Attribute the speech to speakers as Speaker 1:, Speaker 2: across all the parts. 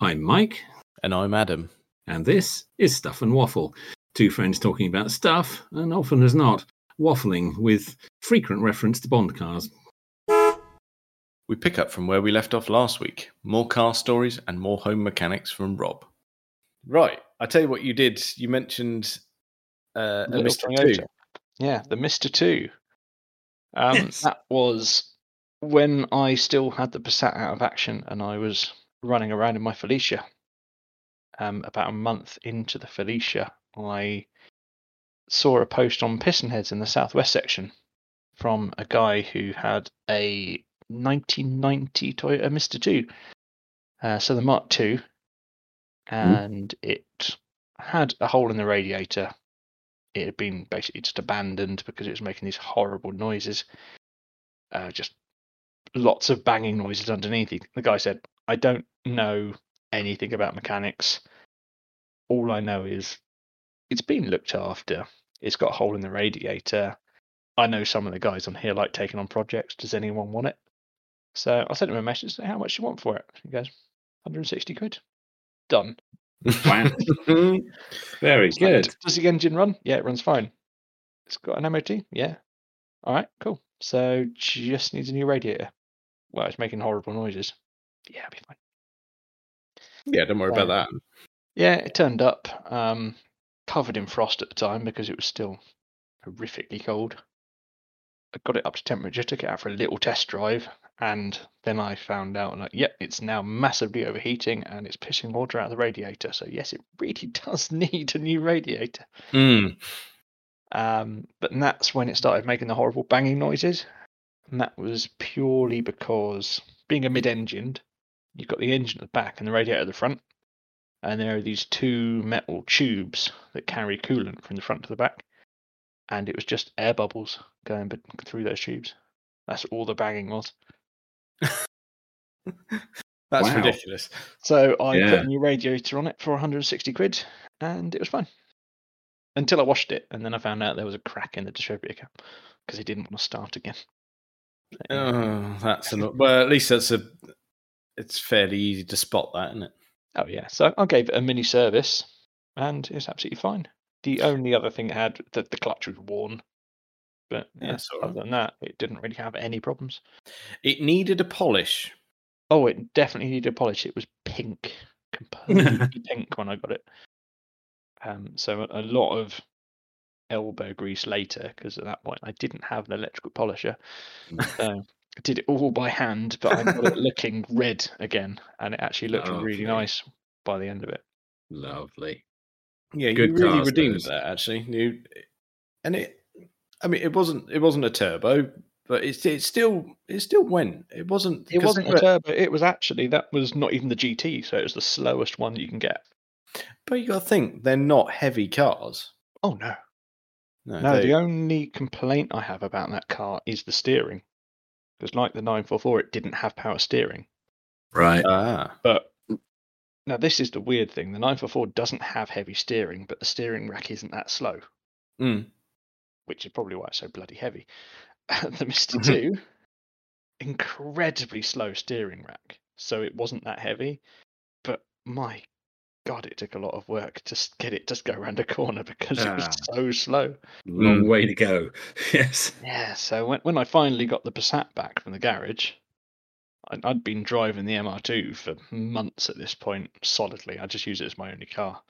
Speaker 1: I'm Mike,
Speaker 2: And I'm Adam.
Speaker 1: and this is Stuff and Waffle. Two friends talking about stuff, and often as not, waffling with frequent reference to Bond cars.
Speaker 2: We pick up from where we left off last week. More car stories and more home mechanics from Rob. Right. I tell you what you did. You mentioned uh, a
Speaker 3: The
Speaker 2: little
Speaker 3: Mr.
Speaker 2: Toyota.
Speaker 3: Two. Yeah, the Mr. Two. Um,
Speaker 1: Yes.
Speaker 3: That was when I still had the Passat out of action and I was running around in my Felicia. Um, about a month into the Felicia, I saw a post on Pistonheads in the Southwest section from a guy who had a 1990 Toyota Mr. Two, uh, so the Mark Two, Hmm. and it had a hole in the radiator it had been basically just abandoned because it was making these horrible noises. Uh, just lots of banging noises underneath. it. The guy said, I don't know anything about mechanics. All I know is it's been looked after. It's got a hole in the radiator. I know some of the guys on here like taking on projects. Does anyone want it? So I sent him a message saying, How much do you want for it? He goes, 160 quid. Done.
Speaker 1: Wow. Very
Speaker 3: It's like,
Speaker 1: good.
Speaker 3: "D- Does the engine run? Yeah, it runs fine. It's got an MOT? Yeah. All right, cool. So just needs a new radiator. Well, it's making horrible noises. Yeah, it'll be fine.
Speaker 2: Yeah, don't worry about that.
Speaker 3: Yeah, it turned up um, covered in frost at the time because it was still horrifically cold. I got it up to temperature, took it out for a little test drive, and then I found out, like, yep, it's now massively overheating and it's pissing water out of the radiator. So, yes, it really does need a new radiator.
Speaker 2: Mm.
Speaker 3: Um, but and that's when it started making the horrible banging noises. And that was purely because being a mid engined, you've got the engine at the back and the radiator at the front. And there are these two metal tubes that carry coolant from the front to the back. And it was just air bubbles going bet- through those tubes. That's all the banging was.
Speaker 2: That's
Speaker 1: Wow.
Speaker 2: ridiculous.
Speaker 3: So I put
Speaker 1: Yeah.
Speaker 3: a new radiator on it for 160 quid and it was fine. Until I washed it and then I found out there was a crack in the distributor cap because he didn't want to start again.
Speaker 2: Oh, that's an, well. At least that's a. It's fairly easy to spot that, isn't it?
Speaker 3: Oh yeah, so I gave it a mini service, and it's absolutely fine. The only other thing it had that the clutch was worn, but
Speaker 2: Yeah,
Speaker 3: yeah,
Speaker 2: it's all
Speaker 3: other than that, it didn't really have any problems.
Speaker 2: It needed a polish.
Speaker 3: Oh, it definitely needed a polish. It was pink, completely pink when I got it. Um, so a, a lot of elbow grease later, because at that point I didn't have an electrical polisher, so I did it all by hand. But I got it looking red again, and it actually looked
Speaker 1: Lovely.
Speaker 3: really nice by the end of it.
Speaker 1: Lovely.
Speaker 2: Yeah, you
Speaker 1: Good
Speaker 2: really
Speaker 1: cars,
Speaker 2: redeemed
Speaker 1: those.
Speaker 2: that actually. You, and it, I mean, it wasn't it wasn't a turbo, but it it still it still went. It wasn't.
Speaker 3: It
Speaker 2: 'cause
Speaker 3: wasn't a
Speaker 2: but-
Speaker 3: turbo. It was actually that was not even the GT, so it was the slowest one you can get.
Speaker 2: But you got to think they're not heavy cars.
Speaker 3: Oh no!
Speaker 2: No,
Speaker 3: No,
Speaker 2: they-
Speaker 3: the only complaint I have about that car is the steering, because like the 944, it didn't have power steering.
Speaker 1: Right.
Speaker 2: ah,
Speaker 3: But now this is the weird thing: the 944 doesn't have heavy steering, but the steering rack isn't that slow,
Speaker 2: Mm.
Speaker 3: which is probably why it's so bloody heavy. the Mister Two, incredibly slow steering rack, so it wasn't that heavy. But my God, it took a lot of work to s- get it to go around a corner because it
Speaker 1: Ah.
Speaker 3: was so slow.
Speaker 1: Long
Speaker 2: Mm.
Speaker 1: way to go. Yes.
Speaker 3: Yeah, so when, when I finally got the Passat back from the garage, I'd, I'd been driving the MR2 for months at this point, solidly. I just use it as my only car.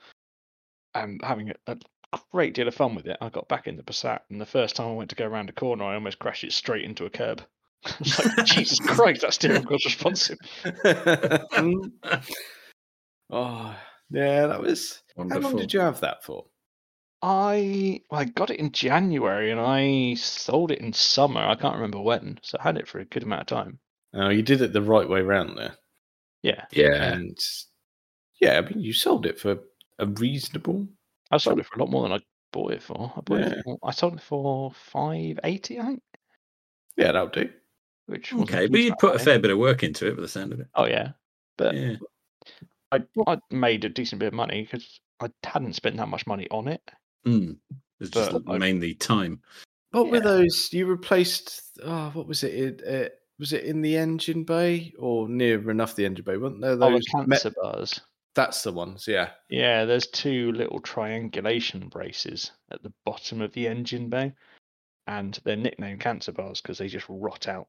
Speaker 3: And having a, a great deal of fun with it, I got back in the Passat, and the first time I went to go around a corner, I almost crashed it straight into a curb. I was like, Jesus Christ, that steering wheel's responsive.
Speaker 2: oh, yeah, that was. How long
Speaker 1: Wonderful.
Speaker 2: did you have that for?
Speaker 3: I well, I got it in January and I sold it in summer. I can't remember when, so I had it for a good amount of time.
Speaker 2: Oh, you did it the right way round there,
Speaker 3: Yeah,
Speaker 1: Yeah.
Speaker 2: and yeah, I mean, you sold it for a reasonable.
Speaker 3: I sold it for a lot more than I bought it for. I bought it for, I sold it for five eighty, I think,
Speaker 2: Yeah, that'll do.
Speaker 3: which wasn't
Speaker 1: Okay,
Speaker 3: huge
Speaker 1: but you'd
Speaker 3: amount
Speaker 1: put a
Speaker 3: of money.
Speaker 1: fair bit of work into it, by the sound of it.
Speaker 3: Oh yeah, but
Speaker 1: Yeah.
Speaker 3: I I made a decent bit of money because I hadn't spent that much money on it.
Speaker 1: Mm. It's just
Speaker 3: But I-
Speaker 1: mainly time.
Speaker 2: What were
Speaker 3: Yeah.
Speaker 2: those? You replaced. Oh, what was it? It, it? was it in the engine bay or near enough the engine bay? Weren't there
Speaker 3: Oh,
Speaker 2: those?
Speaker 3: the
Speaker 2: me-
Speaker 3: cancer bars.
Speaker 2: that's the ones, yeah.
Speaker 3: Yeah, there's two little triangulation braces at the bottom of the engine bay, and they're nicknamed cancer bars because they just rot out.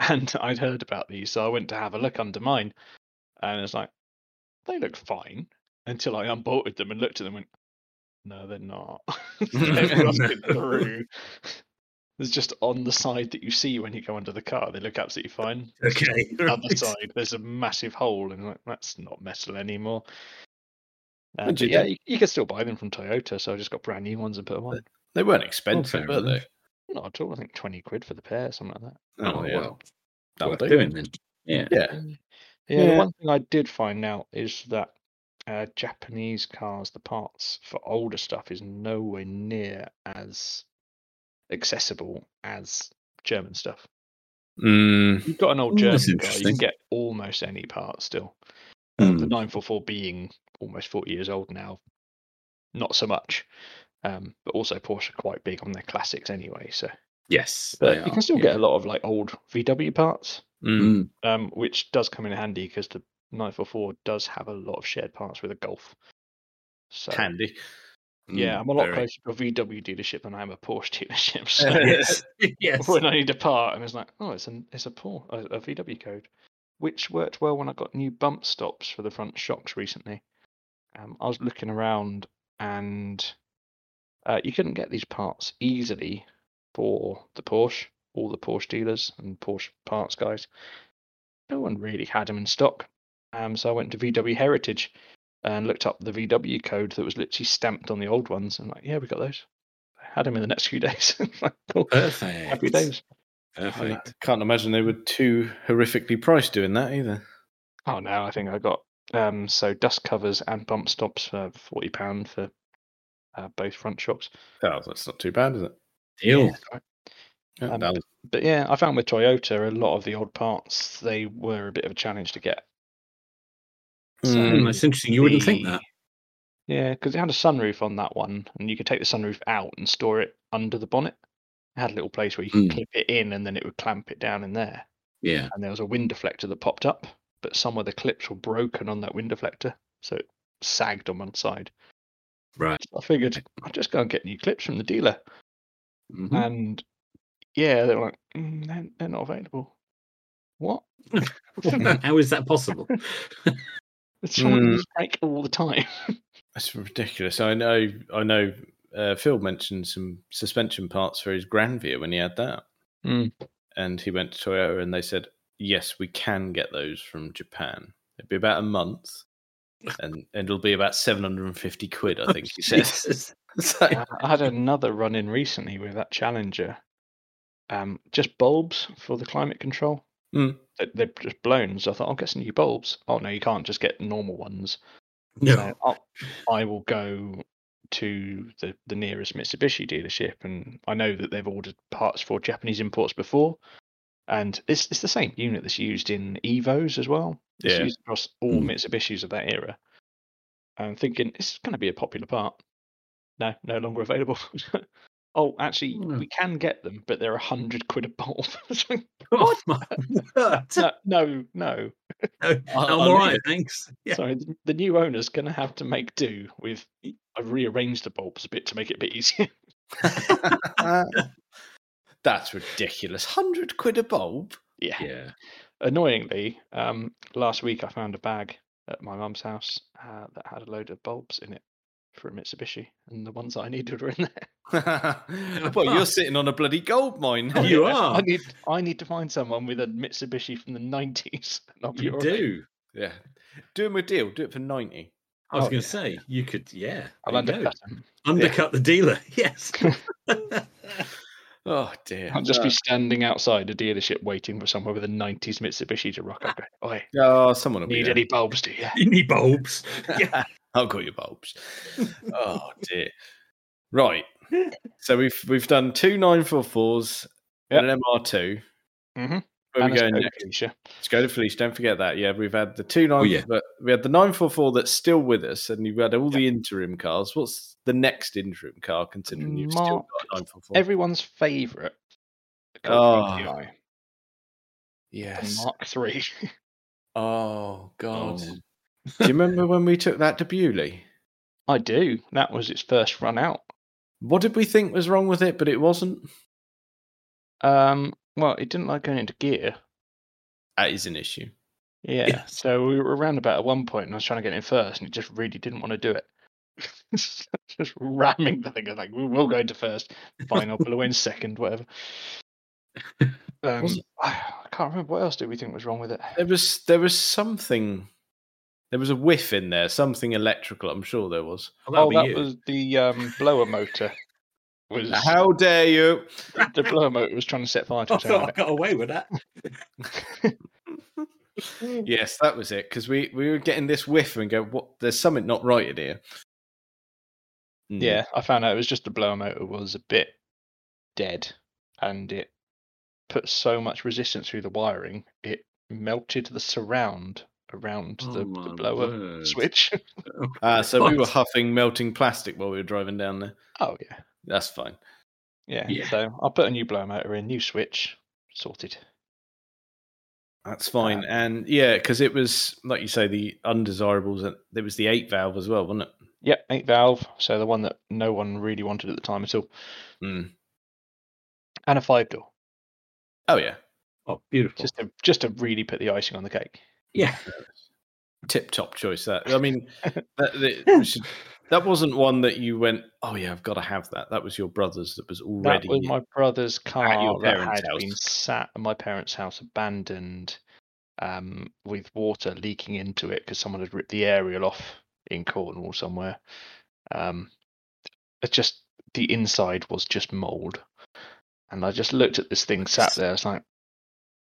Speaker 3: and I'd heard about these, so I went to have a look under mine, and it's like they look fine until I unbolted them and looked at them and went, no, they're not. They've rusted
Speaker 1: No.
Speaker 3: through. There's just on the side that you see when you go under the car, they look absolutely fine
Speaker 1: Okay.
Speaker 3: other
Speaker 1: right.
Speaker 3: side, there's a massive hole, and like, that's not metal anymore. Uh,
Speaker 2: What'd
Speaker 3: but
Speaker 2: you
Speaker 3: yeah,
Speaker 2: do?
Speaker 3: you, you can still buy them from Toyota, so I just got brand new ones and put them on.
Speaker 2: They weren't
Speaker 3: Oh,
Speaker 2: expensive,
Speaker 1: fair
Speaker 2: were they?
Speaker 1: enough.
Speaker 3: Not at all. I think twenty quid for the pair, something like that.
Speaker 1: Oh, well.
Speaker 2: That'll
Speaker 1: worth
Speaker 2: do.
Speaker 1: doing then. Yeah.
Speaker 2: Yeah.
Speaker 3: Yeah.
Speaker 2: Yeah.
Speaker 3: The one thing I did find out is that uh, Japanese cars, the parts for older stuff is nowhere near as accessible as German stuff.
Speaker 2: Mm,
Speaker 3: You've got an old
Speaker 1: Mm,
Speaker 3: German
Speaker 1: that's
Speaker 3: car, you
Speaker 1: interesting.
Speaker 3: can get almost any part still.
Speaker 1: Hmm.
Speaker 3: the 944 being almost 40 years old now, not so much. Um, but also Porsche are quite big on their classics anyway, so
Speaker 1: Yes.
Speaker 3: but
Speaker 1: they
Speaker 3: you
Speaker 1: are,
Speaker 3: can still
Speaker 1: yeah.
Speaker 3: get a lot of like old VW parts,
Speaker 2: mm.
Speaker 1: Mm.
Speaker 3: um, which does come in handy because the 944 does have a lot of shared parts with a Golf. So
Speaker 2: Candy.
Speaker 3: yeah,
Speaker 1: Mm,
Speaker 3: I'm a lot
Speaker 1: very.
Speaker 3: closer to a VW dealership than I am a Porsche dealership. So
Speaker 1: yes. yes.
Speaker 3: when I need a part, and it's like, oh, it's an it's a Porsche, a, a VW code, which worked well when I got new bump stops for the front shocks recently. Um, I was looking around, and uh, you couldn't get these parts easily for the Porsche, all the Porsche dealers and Porsche parts guys. No one really had them in stock, um, so I went to VW Heritage and looked up the VW code that was literally stamped on the old ones, and like, yeah, we got those. I had them in the next few days. Like, oh, cool.
Speaker 1: Perfect.
Speaker 3: Happy days.
Speaker 2: I
Speaker 1: Perfect.
Speaker 2: can't imagine they were too horrifically priced doing that either.
Speaker 3: Oh no, I think I got um so dust covers and bump stops for forty pound for uh, both front shocks.
Speaker 2: Oh, that's not too bad, is it?
Speaker 1: Deal.
Speaker 3: Yeah, sorry.
Speaker 2: Yeah,
Speaker 3: Um,
Speaker 2: that'll-
Speaker 3: But yeah, I found with Toyota a lot of the old parts they were a bit of a challenge to get. so-
Speaker 1: Mm,
Speaker 2: Mm,
Speaker 1: that's interesting. You wouldn't think
Speaker 3: The-
Speaker 1: that.
Speaker 3: Yeah, because it had a sunroof on that one, and you could take the sunroof out and store it under the bonnet. It had a little place where you could
Speaker 1: Mm.
Speaker 3: clip it in, and then it would clamp it down in there.
Speaker 1: Yeah.
Speaker 3: and there was a wind deflector that popped up, but some of the clips were broken on that wind deflector, so it sagged on one side.
Speaker 1: Right.
Speaker 3: So I figured I'll just go and get new clips from the dealer,
Speaker 2: Mm-hmm.
Speaker 1: Mhm.
Speaker 3: and yeah, they were like, "Mm, they're, they're not available. What?
Speaker 1: Uh, How is that possible?
Speaker 3: It's someone
Speaker 2: Mm.
Speaker 3: who's break all the time.
Speaker 2: That's ridiculous. I know. I know. Uh, Phil mentioned some suspension parts for his Grandvia when he had that,
Speaker 1: Hmm.
Speaker 3: Mm.
Speaker 2: and he went to Toyota and they said, "Yes, we can get those from Japan. It'd be about a month, and, and it'll be about seven hundred and fifty quid, I think he said."
Speaker 1: Jesus.
Speaker 2: It's like,
Speaker 3: I I had another run in recently with that Challenger. Um, just bulbs for the climate control.
Speaker 2: Mm.
Speaker 3: They, they're just blown. So I thought I'll get some new bulbs. Oh no, you can't just get normal ones.
Speaker 1: No.
Speaker 3: So I'll, I will go to the, the nearest Mitsubishi dealership, and I know that they've ordered parts for Japanese imports before, and it's it's the same unit that's used in Evos as well. It's
Speaker 2: Yeah.
Speaker 3: used across all
Speaker 1: Mm.
Speaker 3: Mitsubishis of that era. I'm thinking it's going to be a popular part. No, no longer available. oh, actually,
Speaker 1: Mm.
Speaker 3: we can get them, but they're a hundred quid a bulb. It's like,
Speaker 1: Oh, my word.
Speaker 3: no, no, no.
Speaker 1: I'm all right, thanks. Yeah.
Speaker 3: Sorry, th- the new owner's going to have to make do with. I've rearranged the bulbs a bit to make it a bit easier.
Speaker 2: That's ridiculous. Hundred quid a bulb.
Speaker 3: yeah.
Speaker 1: Yeah.
Speaker 3: Annoyingly, um, last week I found a bag at my mum's house uh, that had a load of bulbs in it for a Mitsubishi, and the ones that I needed were in there.
Speaker 2: well, you're sitting on a bloody gold mine.
Speaker 1: Oh, you
Speaker 3: Yeah, I
Speaker 1: are.
Speaker 3: need, I need to find someone with a Mitsubishi from the nineties. and I'll be
Speaker 1: You
Speaker 3: all right.
Speaker 1: do.
Speaker 2: Yeah. Do him a deal. Do it for 90.
Speaker 1: I was
Speaker 3: Oh,
Speaker 1: going
Speaker 3: yeah.
Speaker 1: to say, you could, yeah.
Speaker 3: I'll
Speaker 1: there you go.
Speaker 3: undercut 'em.
Speaker 1: Undercut the dealer. Yes.
Speaker 2: Oh, dear.
Speaker 3: I'll just be standing outside a dealership waiting for someone with a nineties Mitsubishi to rock up. Oi,
Speaker 2: Oh, someone will be
Speaker 3: need
Speaker 2: there.
Speaker 3: any bulbs? Do you?
Speaker 1: Any bulbs. Yeah.
Speaker 2: I've got your bulbs. oh, dear. Right. So we've we've done two 944s and an MR2.
Speaker 3: Mhm.
Speaker 2: Where are we
Speaker 3: And a
Speaker 2: going
Speaker 3: Skoda
Speaker 2: next?
Speaker 3: Felicia.
Speaker 2: Let's go to Felice. Don't forget that. Oh, Yeah, we've had the two nine.
Speaker 1: yeah.
Speaker 2: but we had the nine four four that's still with us, and you've had all the interim cars. What's the next interim car? Considering you've still
Speaker 3: Mark,
Speaker 2: got nine four four.
Speaker 3: Everyone's favourite.
Speaker 2: Oh.
Speaker 3: Golf GTI.
Speaker 2: Yes.
Speaker 3: Mark three.
Speaker 2: Oh God.
Speaker 1: Oh.
Speaker 2: Do you remember when we took that to Bewley?
Speaker 3: I do. That was its first run out.
Speaker 2: What did we think was wrong with it, but it wasn't?
Speaker 3: Um, well, it didn't like going into gear.
Speaker 2: That is an issue.
Speaker 3: Yeah. So we were around about at one point, and I was trying to get in first, and it just really didn't want to do it. just ramming the thing. I was like, we will go into first. Fine, I'll blow in second, whatever. Um,
Speaker 2: Was it-
Speaker 3: I, I can't remember what else did we think was wrong with it.
Speaker 2: There was there was something. There was a whiff in there, something electrical. I'm sure there was.
Speaker 1: that'll
Speaker 3: oh,
Speaker 1: be
Speaker 3: that
Speaker 1: you.
Speaker 3: was the um, blower motor. Was
Speaker 2: How Oh, dare you?
Speaker 3: the blower motor was trying to set fire to
Speaker 1: I
Speaker 3: its own
Speaker 1: thought Oh, I got away with that.
Speaker 2: Yes, that was it. Because we, we were getting this whiff and go, what? There's something not right in here. Mm.
Speaker 3: Yeah, I found out it was just the blower motor was a bit dead and it put so much resistance through the wiring, it melted the surround around
Speaker 2: Oh
Speaker 1: Oh,
Speaker 3: the, the blower switch.
Speaker 2: Ah, so we were
Speaker 1: What?
Speaker 2: huffing melting plastic while we were driving down there.
Speaker 3: oh, yeah.
Speaker 2: That's fine.
Speaker 3: yeah.
Speaker 1: Yeah.
Speaker 3: So I put a new blower motor in, new switch, sorted.
Speaker 2: That's fine.
Speaker 3: Ah.
Speaker 2: and yeah, because it was like you say, the undesirables. And there was the eight valve as well, wasn't it?
Speaker 3: Yep, 8 valve. So the one that no one really wanted at the time at all.
Speaker 2: Mm.
Speaker 3: And a 5 door,
Speaker 2: Oh yeah,
Speaker 1: Oh, beautiful.
Speaker 3: just to, just to really put the icing on the cake.
Speaker 1: yeah.
Speaker 2: tip top choice. That I mean, that, that, we should- that wasn't one that you went. Oh yeah, I've got to have that. That was your brother's. That was
Speaker 3: That
Speaker 2: already.
Speaker 3: was my brother's car
Speaker 2: your
Speaker 3: that
Speaker 2: parents'
Speaker 3: had been
Speaker 2: house.
Speaker 3: sat at my parents' house, abandoned, um, with water leaking into it because someone had ripped the aerial off in Cornwall somewhere. Um, it's just the inside was just mold, and I just looked at this thing sat there. It's like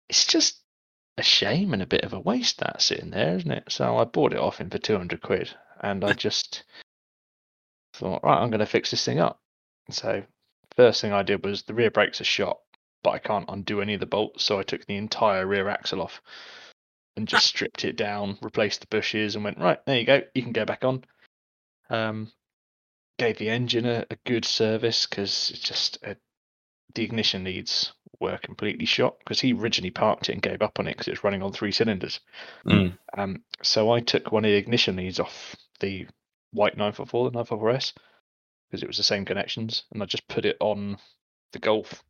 Speaker 3: it's just a shame and a bit of a waste that sitting there, isn't it? So I bought it off him for two hundred quid, and I just thought, right, I'm going to fix this thing up. So first thing I did was the rear brakes are shot, but I can't undo any of the bolts, so I took the entire rear axle off and just stripped it down, replaced the bushes, and went right there. You go, you can go back on. Um, gave the engine a, a good service because it's just uh the ignition leads were completely shot because he originally parked it and gave up on it because it was running on three cylinders.
Speaker 2: Mm.
Speaker 3: Um, so I took one of the ignition leads off the white 944, the 944S, because it was the same connections, and I just put it on the Golf,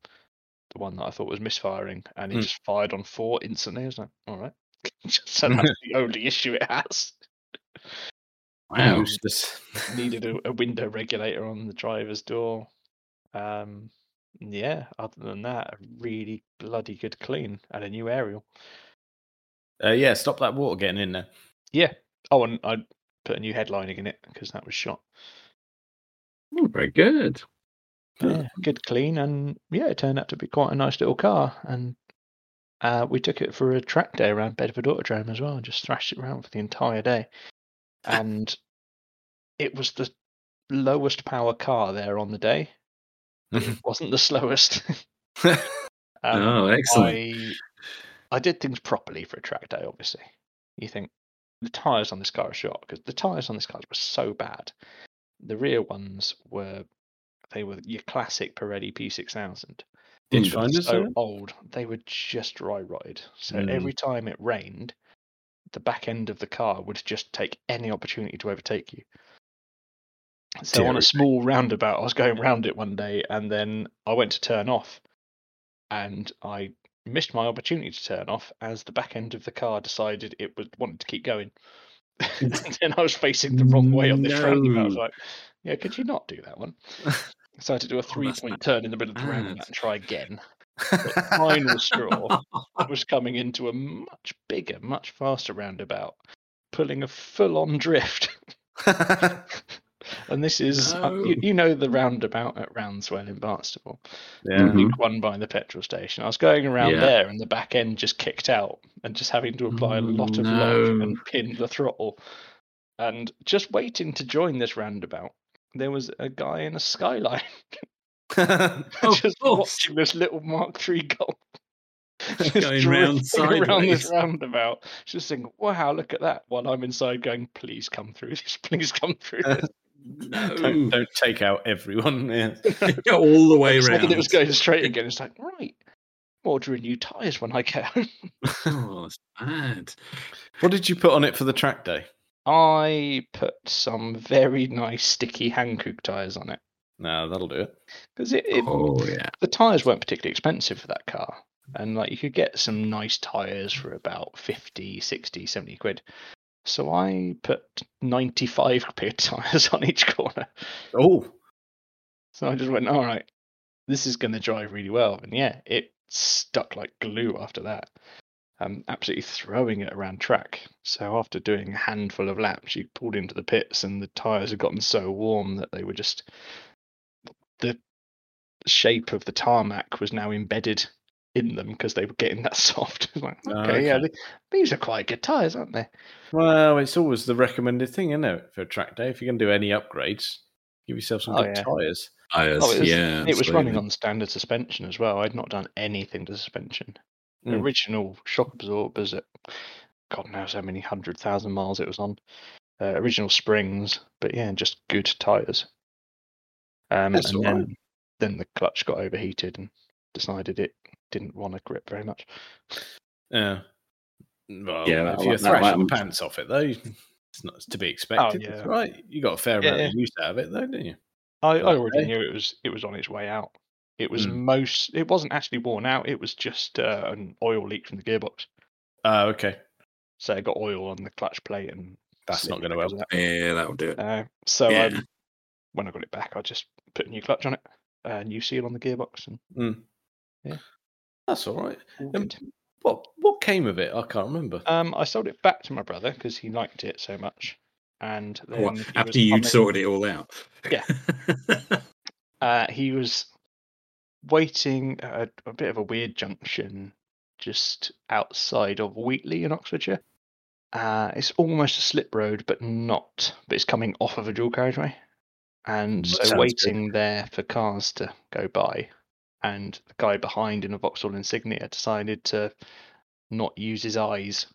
Speaker 3: the one that I thought was misfiring, and it
Speaker 2: Mm.
Speaker 3: just fired on four instantly. I was like, all right. so that's the only issue it has.
Speaker 1: Wow.
Speaker 2: Useless.
Speaker 3: Needed a, a window regulator on the driver's door. Um, yeah, other than that, a really bloody good clean and a new aerial.
Speaker 2: Uh, yeah, stop that water getting in there.
Speaker 3: Oh, and I put a new headlining in it because that was shot.
Speaker 1: Oh, very good.
Speaker 3: But
Speaker 2: Yeah.
Speaker 3: yeah, good clean, and yeah, it turned out to be quite a nice little car. And uh, we took it for a track day around Bedford Autodrome as well, and just thrashed it around for the entire day. And it was the lowest power car there on the day. It wasn't the slowest. Um,
Speaker 1: oh, excellent.
Speaker 3: I I did things properly for a track day. Obviously, you think the tires on this car are shot because the tires on this car were so bad. The rear ones were they were your classic Pirelli P6000.
Speaker 2: Did
Speaker 1: Mm.
Speaker 2: you find us?
Speaker 3: So
Speaker 2: So,
Speaker 3: old, they were just dry rotted. So
Speaker 1: Hmm.
Speaker 3: every time it rained, the back end of the car would just take any opportunity to overtake you. So on
Speaker 2: Terrible.
Speaker 3: a small roundabout, I was going round it one day, and then I went to turn off, and I missed my opportunity to turn off as the back end of the car decided it was wanted to keep going. and then I was facing the wrong way on this roundabout. I was
Speaker 1: No. Oh,
Speaker 3: like, yeah, could you not do that one? So I had to do a three
Speaker 1: that's
Speaker 3: point turn in the middle of the
Speaker 1: bad. Ah,
Speaker 3: roundabout and try again. Final straw was coming into a much bigger, much faster roundabout, pulling a full on drift. and this is, uh, you,
Speaker 1: No.
Speaker 3: you know, the roundabout at Roundswell in Barnstaple,
Speaker 2: yeah.
Speaker 1: Mhm.
Speaker 3: week one by the petrol station. I was going around
Speaker 1: Yeah.
Speaker 3: there and the back end just kicked out and just having to apply a
Speaker 1: Oh,
Speaker 3: lot of
Speaker 1: no.
Speaker 3: load and pin the throttle. And just waiting to join this roundabout, there was a guy in a skyline.
Speaker 1: Of course.
Speaker 3: just watching this little Mark Three goal. just
Speaker 1: Going
Speaker 3: drifting
Speaker 1: round
Speaker 3: around this
Speaker 1: sideways.
Speaker 3: roundabout, just thinking, "Wow, look at that!" While I'm inside, going, "Please come through this! Please come through this!"
Speaker 2: don't,
Speaker 1: no.
Speaker 2: don't take out everyone. Yeah.
Speaker 1: All the way
Speaker 3: It's not
Speaker 1: around.
Speaker 3: that it was going straight again. It's like, right, ordering new tyres when I get home.
Speaker 1: Oh, that's bad.
Speaker 2: What did you put on it for the track day?
Speaker 3: I put some very nice sticky Hankook tyres on it
Speaker 2: No, that'll do it.
Speaker 3: because it, it
Speaker 1: oh, yeah.
Speaker 3: the tyres weren't particularly expensive for that car and like you could get some nice tyres for about 50 60 70 quid so i put 95 clear tyres on each corner
Speaker 2: Oh,
Speaker 3: so i just went all right this is going to drive really well and yeah it stuck like glue after that um, absolutely throwing it around track so after doing a handful of laps you pulled into the pits and the tyres had gotten so warm that they were just the shape of the tarmac was now embedded in them because they were getting that soft It's like, okay,
Speaker 2: Ah,
Speaker 3: yeah
Speaker 2: okay.
Speaker 3: th- these are quite good tyres aren't they
Speaker 2: well, it's always the recommended thing, isn't it, for a track day? If you're going to do any upgrades, give yourself some
Speaker 3: Oh,
Speaker 2: good
Speaker 3: yeah.
Speaker 2: tyres.
Speaker 1: Tyres,
Speaker 3: Oh, it was-
Speaker 1: yeah.
Speaker 3: it was running
Speaker 1: absolutely.
Speaker 3: on standard suspension as well i'd not done anything to suspension The
Speaker 2: Mm.
Speaker 3: original shock absorbers at god knows how many hundred thousand miles it was on uh, original springs but yeah just good tires um
Speaker 2: That's
Speaker 3: and
Speaker 2: all right.
Speaker 3: then, then the clutch got overheated and decided it didn't want to grip very much
Speaker 2: Yeah. Well,
Speaker 1: Yeah,
Speaker 2: if
Speaker 1: that-
Speaker 2: you're
Speaker 1: that-
Speaker 2: thrashing the
Speaker 1: that-
Speaker 2: pants off it, though, it's not to be expected.
Speaker 3: Oh, yeah.
Speaker 2: It's right. You got a fair
Speaker 3: Yeah,
Speaker 2: amount
Speaker 3: yeah.
Speaker 2: of use out of it, though, didn't you?
Speaker 3: I, I already
Speaker 2: Okay.
Speaker 3: knew it was it was on its way out. It was
Speaker 2: Mm.
Speaker 3: most. It wasn't actually worn out. It was just uh, an oil leak from the gearbox.
Speaker 2: Oh, okay.
Speaker 3: So it got oil on the clutch plate, and
Speaker 2: That's
Speaker 3: slipped
Speaker 2: not going to
Speaker 3: because
Speaker 2: help.
Speaker 3: of
Speaker 1: Yeah, that'll do it.
Speaker 3: that. Uh, so
Speaker 1: Yeah.
Speaker 3: um, when I got it back, I just put a new clutch on it, a new seal on the gearbox, and
Speaker 2: Mm.
Speaker 3: Yeah.
Speaker 2: That's all right.
Speaker 3: all
Speaker 2: Um,
Speaker 3: good.
Speaker 2: What what came of it? I can't remember.
Speaker 3: Um, I sold it back to my brother because he liked it so much, and then
Speaker 1: Well,
Speaker 3: he was
Speaker 1: Oh, after you'd
Speaker 3: humming-
Speaker 1: sorted it all out.
Speaker 3: Yeah. uh, he was waiting at a, a bit of a weird junction just outside of Wheatley in Oxfordshire. Uh, it's almost a slip road, but not. But it's coming off of a dual carriageway, and
Speaker 2: Mm,
Speaker 3: so
Speaker 2: sounds good.
Speaker 3: waiting there for cars to go by. And the guy behind in a Vauxhall Insignia decided to not use his eyes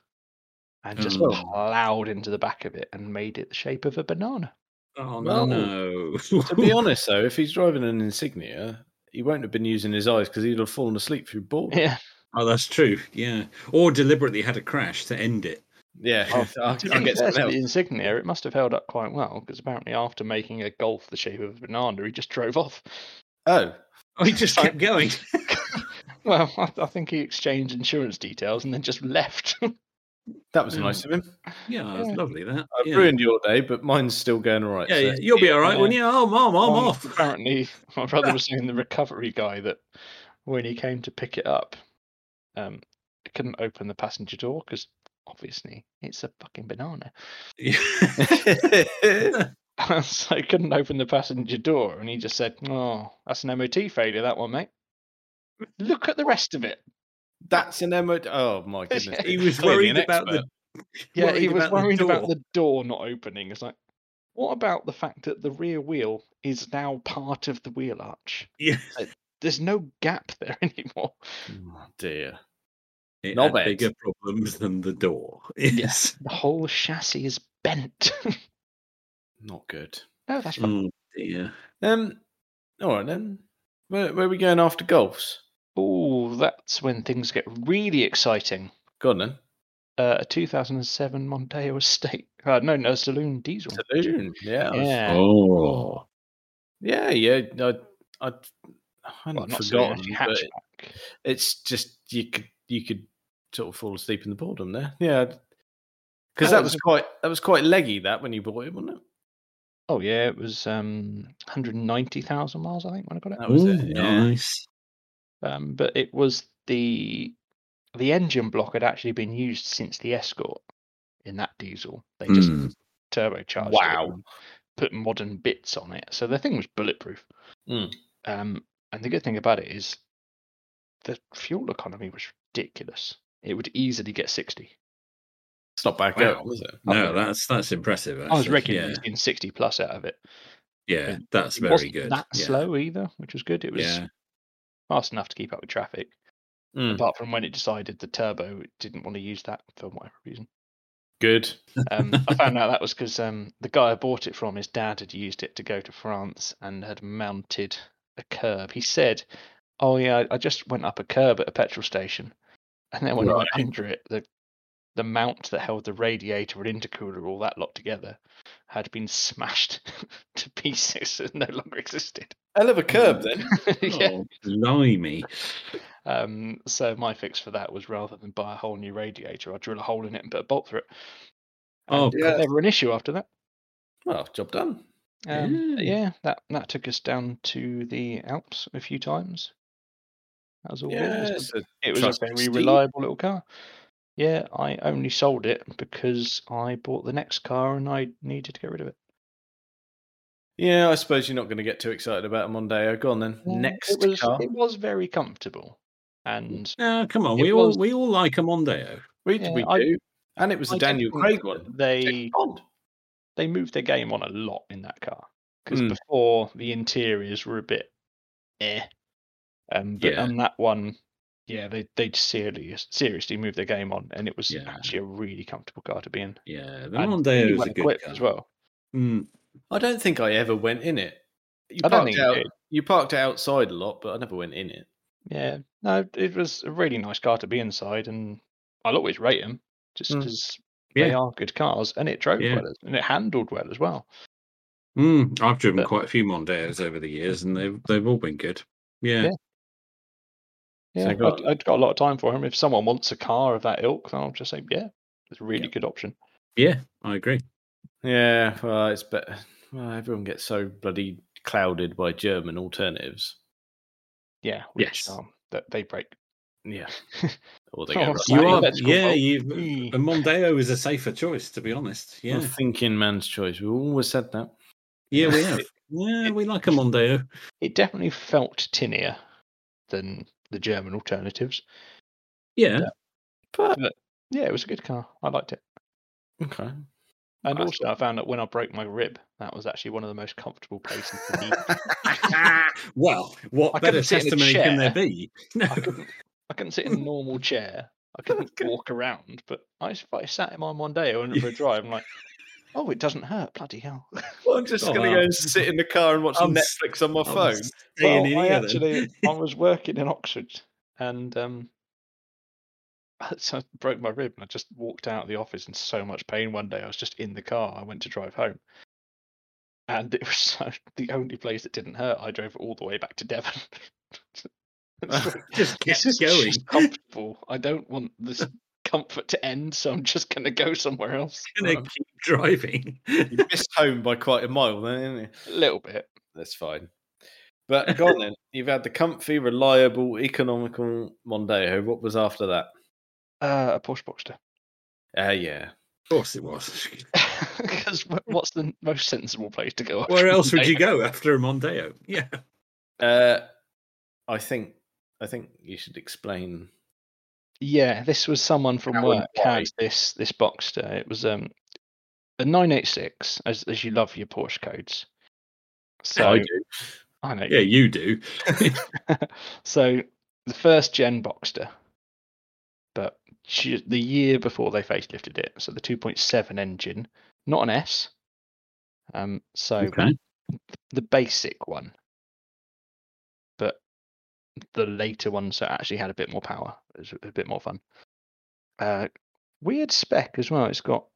Speaker 3: and just
Speaker 2: Hmm.
Speaker 1: Oh.
Speaker 3: plowed into the back of it and made it the shape of a banana.
Speaker 1: oh,
Speaker 2: Well,
Speaker 1: no.
Speaker 2: to be honest, though, if he's driving an insignia, he won't have been using his eyes because he'd have fallen asleep through boredom.
Speaker 3: Yeah,
Speaker 1: oh, that's true. Yeah. Or deliberately had a crash to end it.
Speaker 2: Yeah,
Speaker 3: Oh,
Speaker 2: I'll,
Speaker 3: To
Speaker 2: I'll
Speaker 3: be
Speaker 2: get
Speaker 3: fair
Speaker 2: something
Speaker 3: to the
Speaker 2: else.
Speaker 3: insignia, it must have held up quite well because apparently after making a golf the shape of a banana, he just drove off.
Speaker 2: Oh,
Speaker 1: Oh, he just
Speaker 3: Sorry.
Speaker 1: kept going.
Speaker 3: Well, I, I think he exchanged insurance details and then just left.
Speaker 2: that was nice of him.
Speaker 1: Yeah, it's
Speaker 3: Yeah.
Speaker 1: lovely that.
Speaker 2: I've
Speaker 1: Hmm. yeah.
Speaker 2: ruined your day, but mine's still going all right.
Speaker 1: yeah,
Speaker 2: so-
Speaker 1: yeah, you'll be all right,
Speaker 3: Yeah.
Speaker 1: won't you? Oh, mom, I'm
Speaker 3: Um,
Speaker 1: off.
Speaker 3: Apparently, my brother was saying the recovery guy that when he came to pick it up, um, he couldn't open the passenger door because obviously it's a fucking banana. so he couldn't open the passenger door, and he just said, "Oh, that's an MOT failure, that one, mate." Look at the rest of it.
Speaker 2: That's an MO. Oh, my goodness.
Speaker 1: he was
Speaker 2: Clearly
Speaker 1: worried
Speaker 2: an
Speaker 1: about the.
Speaker 3: Yeah, he
Speaker 1: worried
Speaker 3: was
Speaker 1: about the
Speaker 3: worried about
Speaker 1: door.
Speaker 3: the door not opening. It's like, what about the fact that the rear wheel is now part of the wheel arch?
Speaker 1: Yeah.
Speaker 3: There's no gap there anymore.
Speaker 2: Oh, dear.
Speaker 1: It
Speaker 2: Not
Speaker 1: had
Speaker 2: bad.
Speaker 1: bigger problems than the door. Yes.
Speaker 3: The whole chassis is bent.
Speaker 2: Not good.
Speaker 3: no, that's
Speaker 2: Mm.
Speaker 3: fine.
Speaker 1: Oh, dear.
Speaker 2: Um, all right then. Where, where are we going after golfs?
Speaker 3: Oh, that's when things get really exciting.
Speaker 2: Go on then.
Speaker 3: Uh, a 2007 Mondeo Estate. Uh, no, no, Saloon Diesel.
Speaker 2: Saloon. Yeah. I was-
Speaker 3: Yeah.
Speaker 1: Oh.
Speaker 2: Yeah. Yeah. I, I, I hadn't
Speaker 3: Well, not saloon,
Speaker 2: forgotten.
Speaker 3: actually
Speaker 2: but
Speaker 3: hatchback.
Speaker 2: it's just you could you could sort of fall asleep in the boredom there. Yeah. Because
Speaker 3: That
Speaker 2: that was
Speaker 3: was a-
Speaker 2: quite that was quite leggy that when you bought it, wasn't it?
Speaker 3: Oh, yeah, it was um, 190,000 miles, I think, when I got it.
Speaker 2: That was
Speaker 1: Ooh,
Speaker 2: it. Yeah.
Speaker 1: Nice.
Speaker 3: um, but it was the the engine block had actually been used since the Escort in that diesel. They just
Speaker 1: Mm.
Speaker 3: turbocharged it
Speaker 2: Wow.
Speaker 3: and put modern bits on it, so the thing was bulletproof.
Speaker 1: Hmm.
Speaker 2: Mm.
Speaker 3: Um, and the good thing about it is the fuel economy was ridiculous. It would easily get sixty.
Speaker 2: It's not bad
Speaker 1: Wow.
Speaker 2: going, was it?
Speaker 1: No, that's that's impressive.
Speaker 3: I was
Speaker 1: actually.
Speaker 3: regularly
Speaker 1: Yeah,
Speaker 3: getting sixty plus out of it.
Speaker 1: yeah,
Speaker 3: It
Speaker 1: that's
Speaker 3: It
Speaker 1: very
Speaker 3: wasn't
Speaker 1: good.
Speaker 3: That
Speaker 1: yeah.
Speaker 3: slow either, which was good. It was
Speaker 1: Yeah. Hmm.
Speaker 3: fast enough to keep up with traffic.
Speaker 2: Mm.
Speaker 3: Apart from when it decided the turbo it didn't want to use that for whatever reason.
Speaker 2: Good.
Speaker 3: Um, I found out that was because um, the guy I bought it from, his dad had used it to go to France and had mounted a curb. He said, oh yeah, I- I just went up a curb at a petrol station, and then when I went under it, the the mount that held the radiator and intercooler, all that lot together, had been smashed to pieces and no longer existed.
Speaker 2: Hell of a curb then.
Speaker 3: yeah.
Speaker 1: Oh, blimey.
Speaker 3: Um, so my fix for that was rather than buy a whole new radiator, I drill a hole in it and put a bolt through it.
Speaker 1: Oh,
Speaker 3: And it was
Speaker 2: yeah.
Speaker 3: never an issue after that.
Speaker 2: Well, job done.
Speaker 3: Um, but
Speaker 1: Yeah.
Speaker 3: yeah, that that took us down to the Alps a few times. That was all. It was,
Speaker 2: Yes.
Speaker 3: it was
Speaker 2: trust
Speaker 3: a very
Speaker 2: Steve.
Speaker 3: reliable little car. Yeah, I only sold it because I bought the next car and I needed to get rid of it.
Speaker 2: Yeah, I suppose you're not going to get too excited about a Mondeo. Go on then.
Speaker 3: Yeah,
Speaker 2: Next
Speaker 3: it was,
Speaker 2: car.
Speaker 3: It was very comfortable, and
Speaker 1: Now, come on,
Speaker 3: It
Speaker 1: we all
Speaker 3: was-
Speaker 1: we all like a Mondeo.
Speaker 2: We,
Speaker 3: Yeah,
Speaker 2: we
Speaker 3: I-
Speaker 2: do. And it was
Speaker 3: I
Speaker 2: the
Speaker 3: don't
Speaker 2: Daniel
Speaker 3: think
Speaker 2: Craig
Speaker 3: that
Speaker 2: one.
Speaker 3: they
Speaker 2: Bond.
Speaker 3: they moved their game on a lot in that car because
Speaker 2: Mm.
Speaker 1: Hmm.
Speaker 3: before the interiors were a bit eh, um, but
Speaker 1: Yeah.
Speaker 3: on that one, yeah, they they serious, seriously moved their game on, and it was
Speaker 1: Yeah.
Speaker 3: actually a really comfortable car to be in.
Speaker 1: Yeah, the
Speaker 3: And
Speaker 1: Mondeo
Speaker 3: really
Speaker 1: is
Speaker 3: well
Speaker 1: a good
Speaker 3: equipped
Speaker 1: car.
Speaker 3: as well.
Speaker 1: Mm,
Speaker 2: I don't think I ever went in it. You
Speaker 3: I don't
Speaker 2: parked
Speaker 3: think you
Speaker 2: out.
Speaker 3: did.
Speaker 2: You parked outside a lot, but I never went in it.
Speaker 3: Yeah, no, it was a really nice car to be inside, and I'll always rate them just
Speaker 2: Mm.
Speaker 3: because they
Speaker 1: Hmm. Yeah.
Speaker 3: are good cars, and it drove
Speaker 1: Yeah.
Speaker 3: well and it handled well as well.
Speaker 1: mm. I've driven
Speaker 3: But-
Speaker 1: quite a few Mondeos over the years, and they've they've all been good. Yeah,
Speaker 3: Yeah.
Speaker 2: So
Speaker 3: Yeah,
Speaker 2: I got-
Speaker 3: I'd, I'd got a lot of time for him. If someone wants a car of that ilk, then I'll just say, yeah, it's a really good option.
Speaker 1: yeah, I agree.
Speaker 2: Yeah, well, it's better. Well, everyone gets so bloody clouded by German alternatives.
Speaker 3: Yeah, which
Speaker 1: Yes.
Speaker 3: um, that they break.
Speaker 2: Yeah, or they go.
Speaker 3: Oh,
Speaker 2: right.
Speaker 3: so
Speaker 1: you are,
Speaker 3: electrical
Speaker 1: yeah, um
Speaker 3: bolt.
Speaker 1: you
Speaker 3: Mm.
Speaker 1: a Mondeo is a safer choice, to be honest.
Speaker 2: I'm
Speaker 1: Yeah,
Speaker 2: thinking man's choice. We've always said that.
Speaker 1: yeah, we have. Yeah, we like a Mondeo.
Speaker 3: It definitely felt tinnier than the German alternatives.
Speaker 1: Yeah,
Speaker 2: But
Speaker 3: Yeah, it was a good car. I liked it.
Speaker 2: okay.
Speaker 3: And
Speaker 2: Nice.
Speaker 3: also, I found that when I broke my rib, that was actually one of the most comfortable places to be.
Speaker 1: well, what
Speaker 3: I couldn't
Speaker 1: better
Speaker 3: sit in a
Speaker 1: testimony can there
Speaker 3: chair.
Speaker 1: be? No.
Speaker 3: I couldn't, I couldn't sit in a normal chair. I couldn't walk around, but I, s- if I sat in my Mondeo and went for a drive, I'm like, oh, it doesn't hurt. Bloody hell.
Speaker 2: Well, I'm just
Speaker 1: Oh,
Speaker 2: going to
Speaker 1: wow.
Speaker 2: go sit in the car and watch
Speaker 1: I'm s-
Speaker 2: Netflix on my
Speaker 1: I'm
Speaker 2: phone.
Speaker 1: staying
Speaker 3: Well,
Speaker 1: in
Speaker 3: I
Speaker 1: here then.
Speaker 3: actually, I was working in Oxford, and um, so I broke my rib, and I just walked out of the office in so much pain. One day, I was just in the car. I went to drive home, and it was so, the only place that didn't hurt. I drove all the way back to Devon. It's like,
Speaker 1: just
Speaker 3: this
Speaker 1: kept
Speaker 3: is
Speaker 1: going.
Speaker 3: just comfortable. I don't want this comfort to end, so I'm just going to go somewhere else.
Speaker 1: Gonna keep driving.
Speaker 2: You missed home by quite a mile, then, didn't you?
Speaker 3: A little bit.
Speaker 2: That's fine. But go on then. You've had the comfy, reliable, economical Mondeo. What was after that?
Speaker 3: Uh, a Porsche Boxster.
Speaker 2: Uh, yeah.
Speaker 1: Of course it was.
Speaker 3: Because what's the most sensible place to go?
Speaker 1: Where else would
Speaker 3: Mondeo.
Speaker 1: you go after a Mondeo? Yeah.
Speaker 2: Uh, I think I think you should explain.
Speaker 3: Yeah, this was someone from
Speaker 2: How and
Speaker 3: work
Speaker 2: why?
Speaker 3: had this this Boxster. It was um a nine eight six, as as you love your Porsche codes. So
Speaker 2: I do.
Speaker 3: I know.
Speaker 1: Yeah, you do.
Speaker 3: so the first gen Boxster, but ju- the year before they facelifted it, so the two point seven engine, not an S. Um, so
Speaker 1: Okay.
Speaker 3: the basic one, but the later ones that actually had a bit more power. It was a bit more fun. Uh, weird spec as well. It's got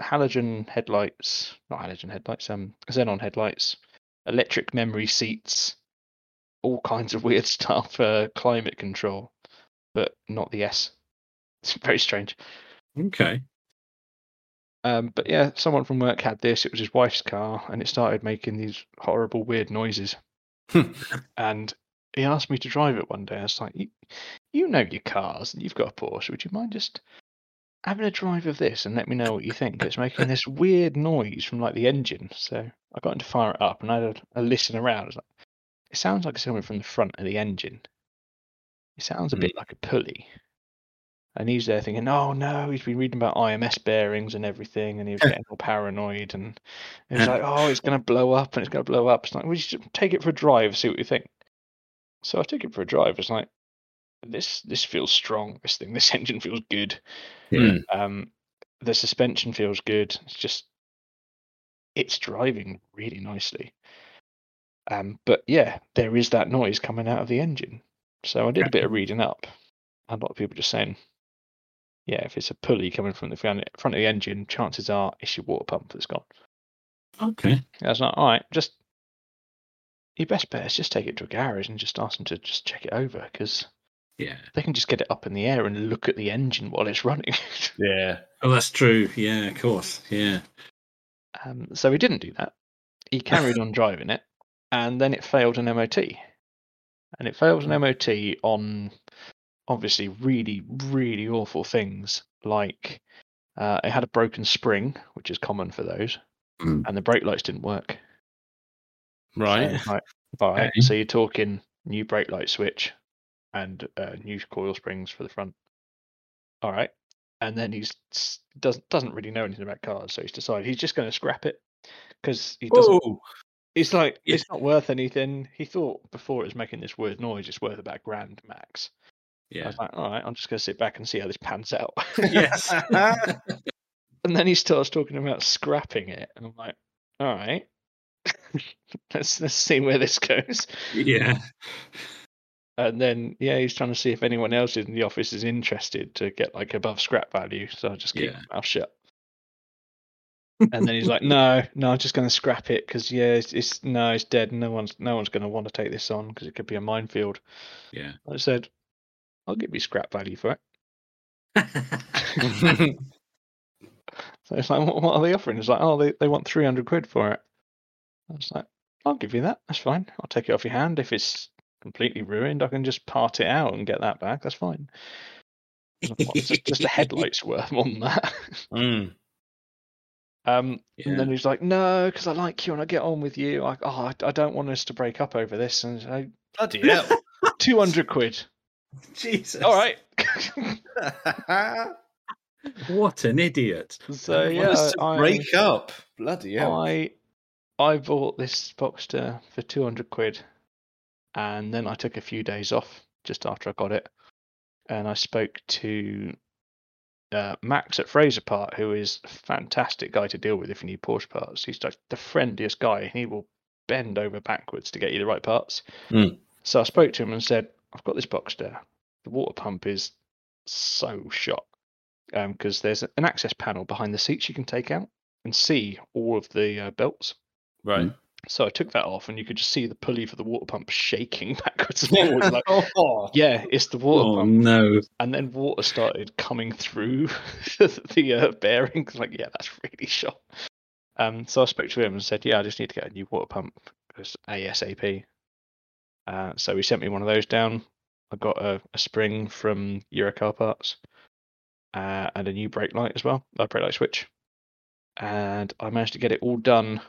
Speaker 3: halogen headlights, not halogen headlights, um, xenon headlights, electric memory seats, all kinds of weird stuff. Uh, climate control, but not the S. It's very strange.
Speaker 1: Okay.
Speaker 3: Um, but yeah, someone from work had this. It was his wife's car, and it started making these horrible, weird noises. and he asked me to drive it one day. I was like, you, "You know your cars, and you've got a Porsche. Would you mind just having a drive of this and let me know what you think?" It's making this weird noise from like the engine. So I got him to fire it up, and I had a, a listen around. I was like, "It sounds like it's coming from the front of the engine. It sounds a
Speaker 2: Hmm.
Speaker 3: bit like a pulley." And he's there thinking, oh no, he's been reading about IMS bearings and everything, and he was getting all paranoid. And he was like, oh, it's going to blow up and it's going to blow up. It's like, we should take it for a drive, see what you think. So I took it for a drive. It's like, this this feels strong. This thing, this engine feels good.
Speaker 1: Yeah.
Speaker 2: Mm.
Speaker 3: Um, the suspension feels good. It's just, it's driving really nicely. Um, but yeah, there is that noise coming out of the engine. So I did a bit of reading up. and A lot of people just saying, yeah, if it's a pulley coming from the front front of the engine, chances are it's your water pump that's gone.
Speaker 1: Okay.
Speaker 3: And I was like, all right, just your best bet is just take it to a garage and just ask them to just check it over because
Speaker 1: Yeah.
Speaker 3: they can just get it up in the air and look at the engine while it's running.
Speaker 2: Yeah.
Speaker 1: Oh, that's true. Yeah, of course. Yeah.
Speaker 3: Um, so he didn't do that. He carried on driving it, and then it failed an MOT. And it failed an MOT on obviously really, really awful things like uh, it had a broken spring, which is common for those,
Speaker 1: Mm.
Speaker 3: and the brake lights didn't work. So
Speaker 2: Right.
Speaker 3: it's like, bye.
Speaker 1: Okay.
Speaker 3: uh, So you're talking new brake light switch and uh, new coil springs for the front. All right. And then he's s- doesn't doesn't really know anything about cars, so he's decided he's just going to scrap it because he doesn't.
Speaker 2: Oh,
Speaker 3: It's like
Speaker 1: Yeah.
Speaker 3: it's not worth anything. He thought before it was making this weird noise, it's worth about a grand max. I
Speaker 1: Yeah.
Speaker 3: was like, all right, I'm just going to sit back and see how this pans out.
Speaker 1: yes.
Speaker 3: and then he starts talking about scrapping it, and I'm like, all right, let's let's see where this goes.
Speaker 1: Yeah.
Speaker 3: And then yeah, he's trying to see if anyone else in the office is interested to get like above scrap value. So I just keep
Speaker 1: Yeah.
Speaker 3: my mouth shut. And then he's like, "No, no, I'm just going to scrap it because yeah, it's, it's no, it's dead. No one's no one's going to want to take this on because it could be a minefield."
Speaker 1: Yeah.
Speaker 3: I said, "I'll give you scrap value for it." So it's like, "What, what are they offering?" It's like, "Oh, they, they want 300 quid for it." I was like, "I'll give you that. That's fine. I'll take it off your hand. If it's completely ruined, I can just part it out and get that back. That's fine." I was like, "What, just, just the headlights worth more than that.
Speaker 2: Mm.
Speaker 3: Um, And
Speaker 1: yeah.
Speaker 3: then he's like, "No, because I like you and I get on with you. I, oh, I, I don't want us to break up over this." And I,
Speaker 2: bloody hell.
Speaker 3: two hundred quid.
Speaker 1: Jesus.
Speaker 3: All right.
Speaker 1: What an idiot.
Speaker 3: so
Speaker 2: Want
Speaker 3: yeah,
Speaker 2: us to
Speaker 3: I,
Speaker 2: break up. Bloody hell.
Speaker 3: I I bought this Boxster for two hundred quid, and then I took a few days off just after I got it, and I spoke to uh, Max at Fraser Park, who is a fantastic guy to deal with if you need Porsche parts. He's like the friendliest guy, and he will bend over backwards to get you the right parts.
Speaker 2: Mm.
Speaker 3: So I spoke to him and said, "I've got this Boxster. The water pump is so shot because there's an access panel behind the seats you can take out." and see all of the uh, belts.
Speaker 2: right.
Speaker 3: So I took that off, and you could just see the pulley for the water pump shaking backwards and forwards. like,
Speaker 2: Oh.
Speaker 3: yeah, it's the water
Speaker 1: Oh,
Speaker 3: pump.
Speaker 1: no.
Speaker 3: And then water started coming through the uh, bearings. Like, yeah, that's really shot. Um, so I spoke to him and said, yeah, I just need to get a new water pump because ASAP. Uh, so he sent me one of those down. I got a, a spring from Eurocar Parts uh, and a new brake light as well, a brake light switch. And I managed to get it all done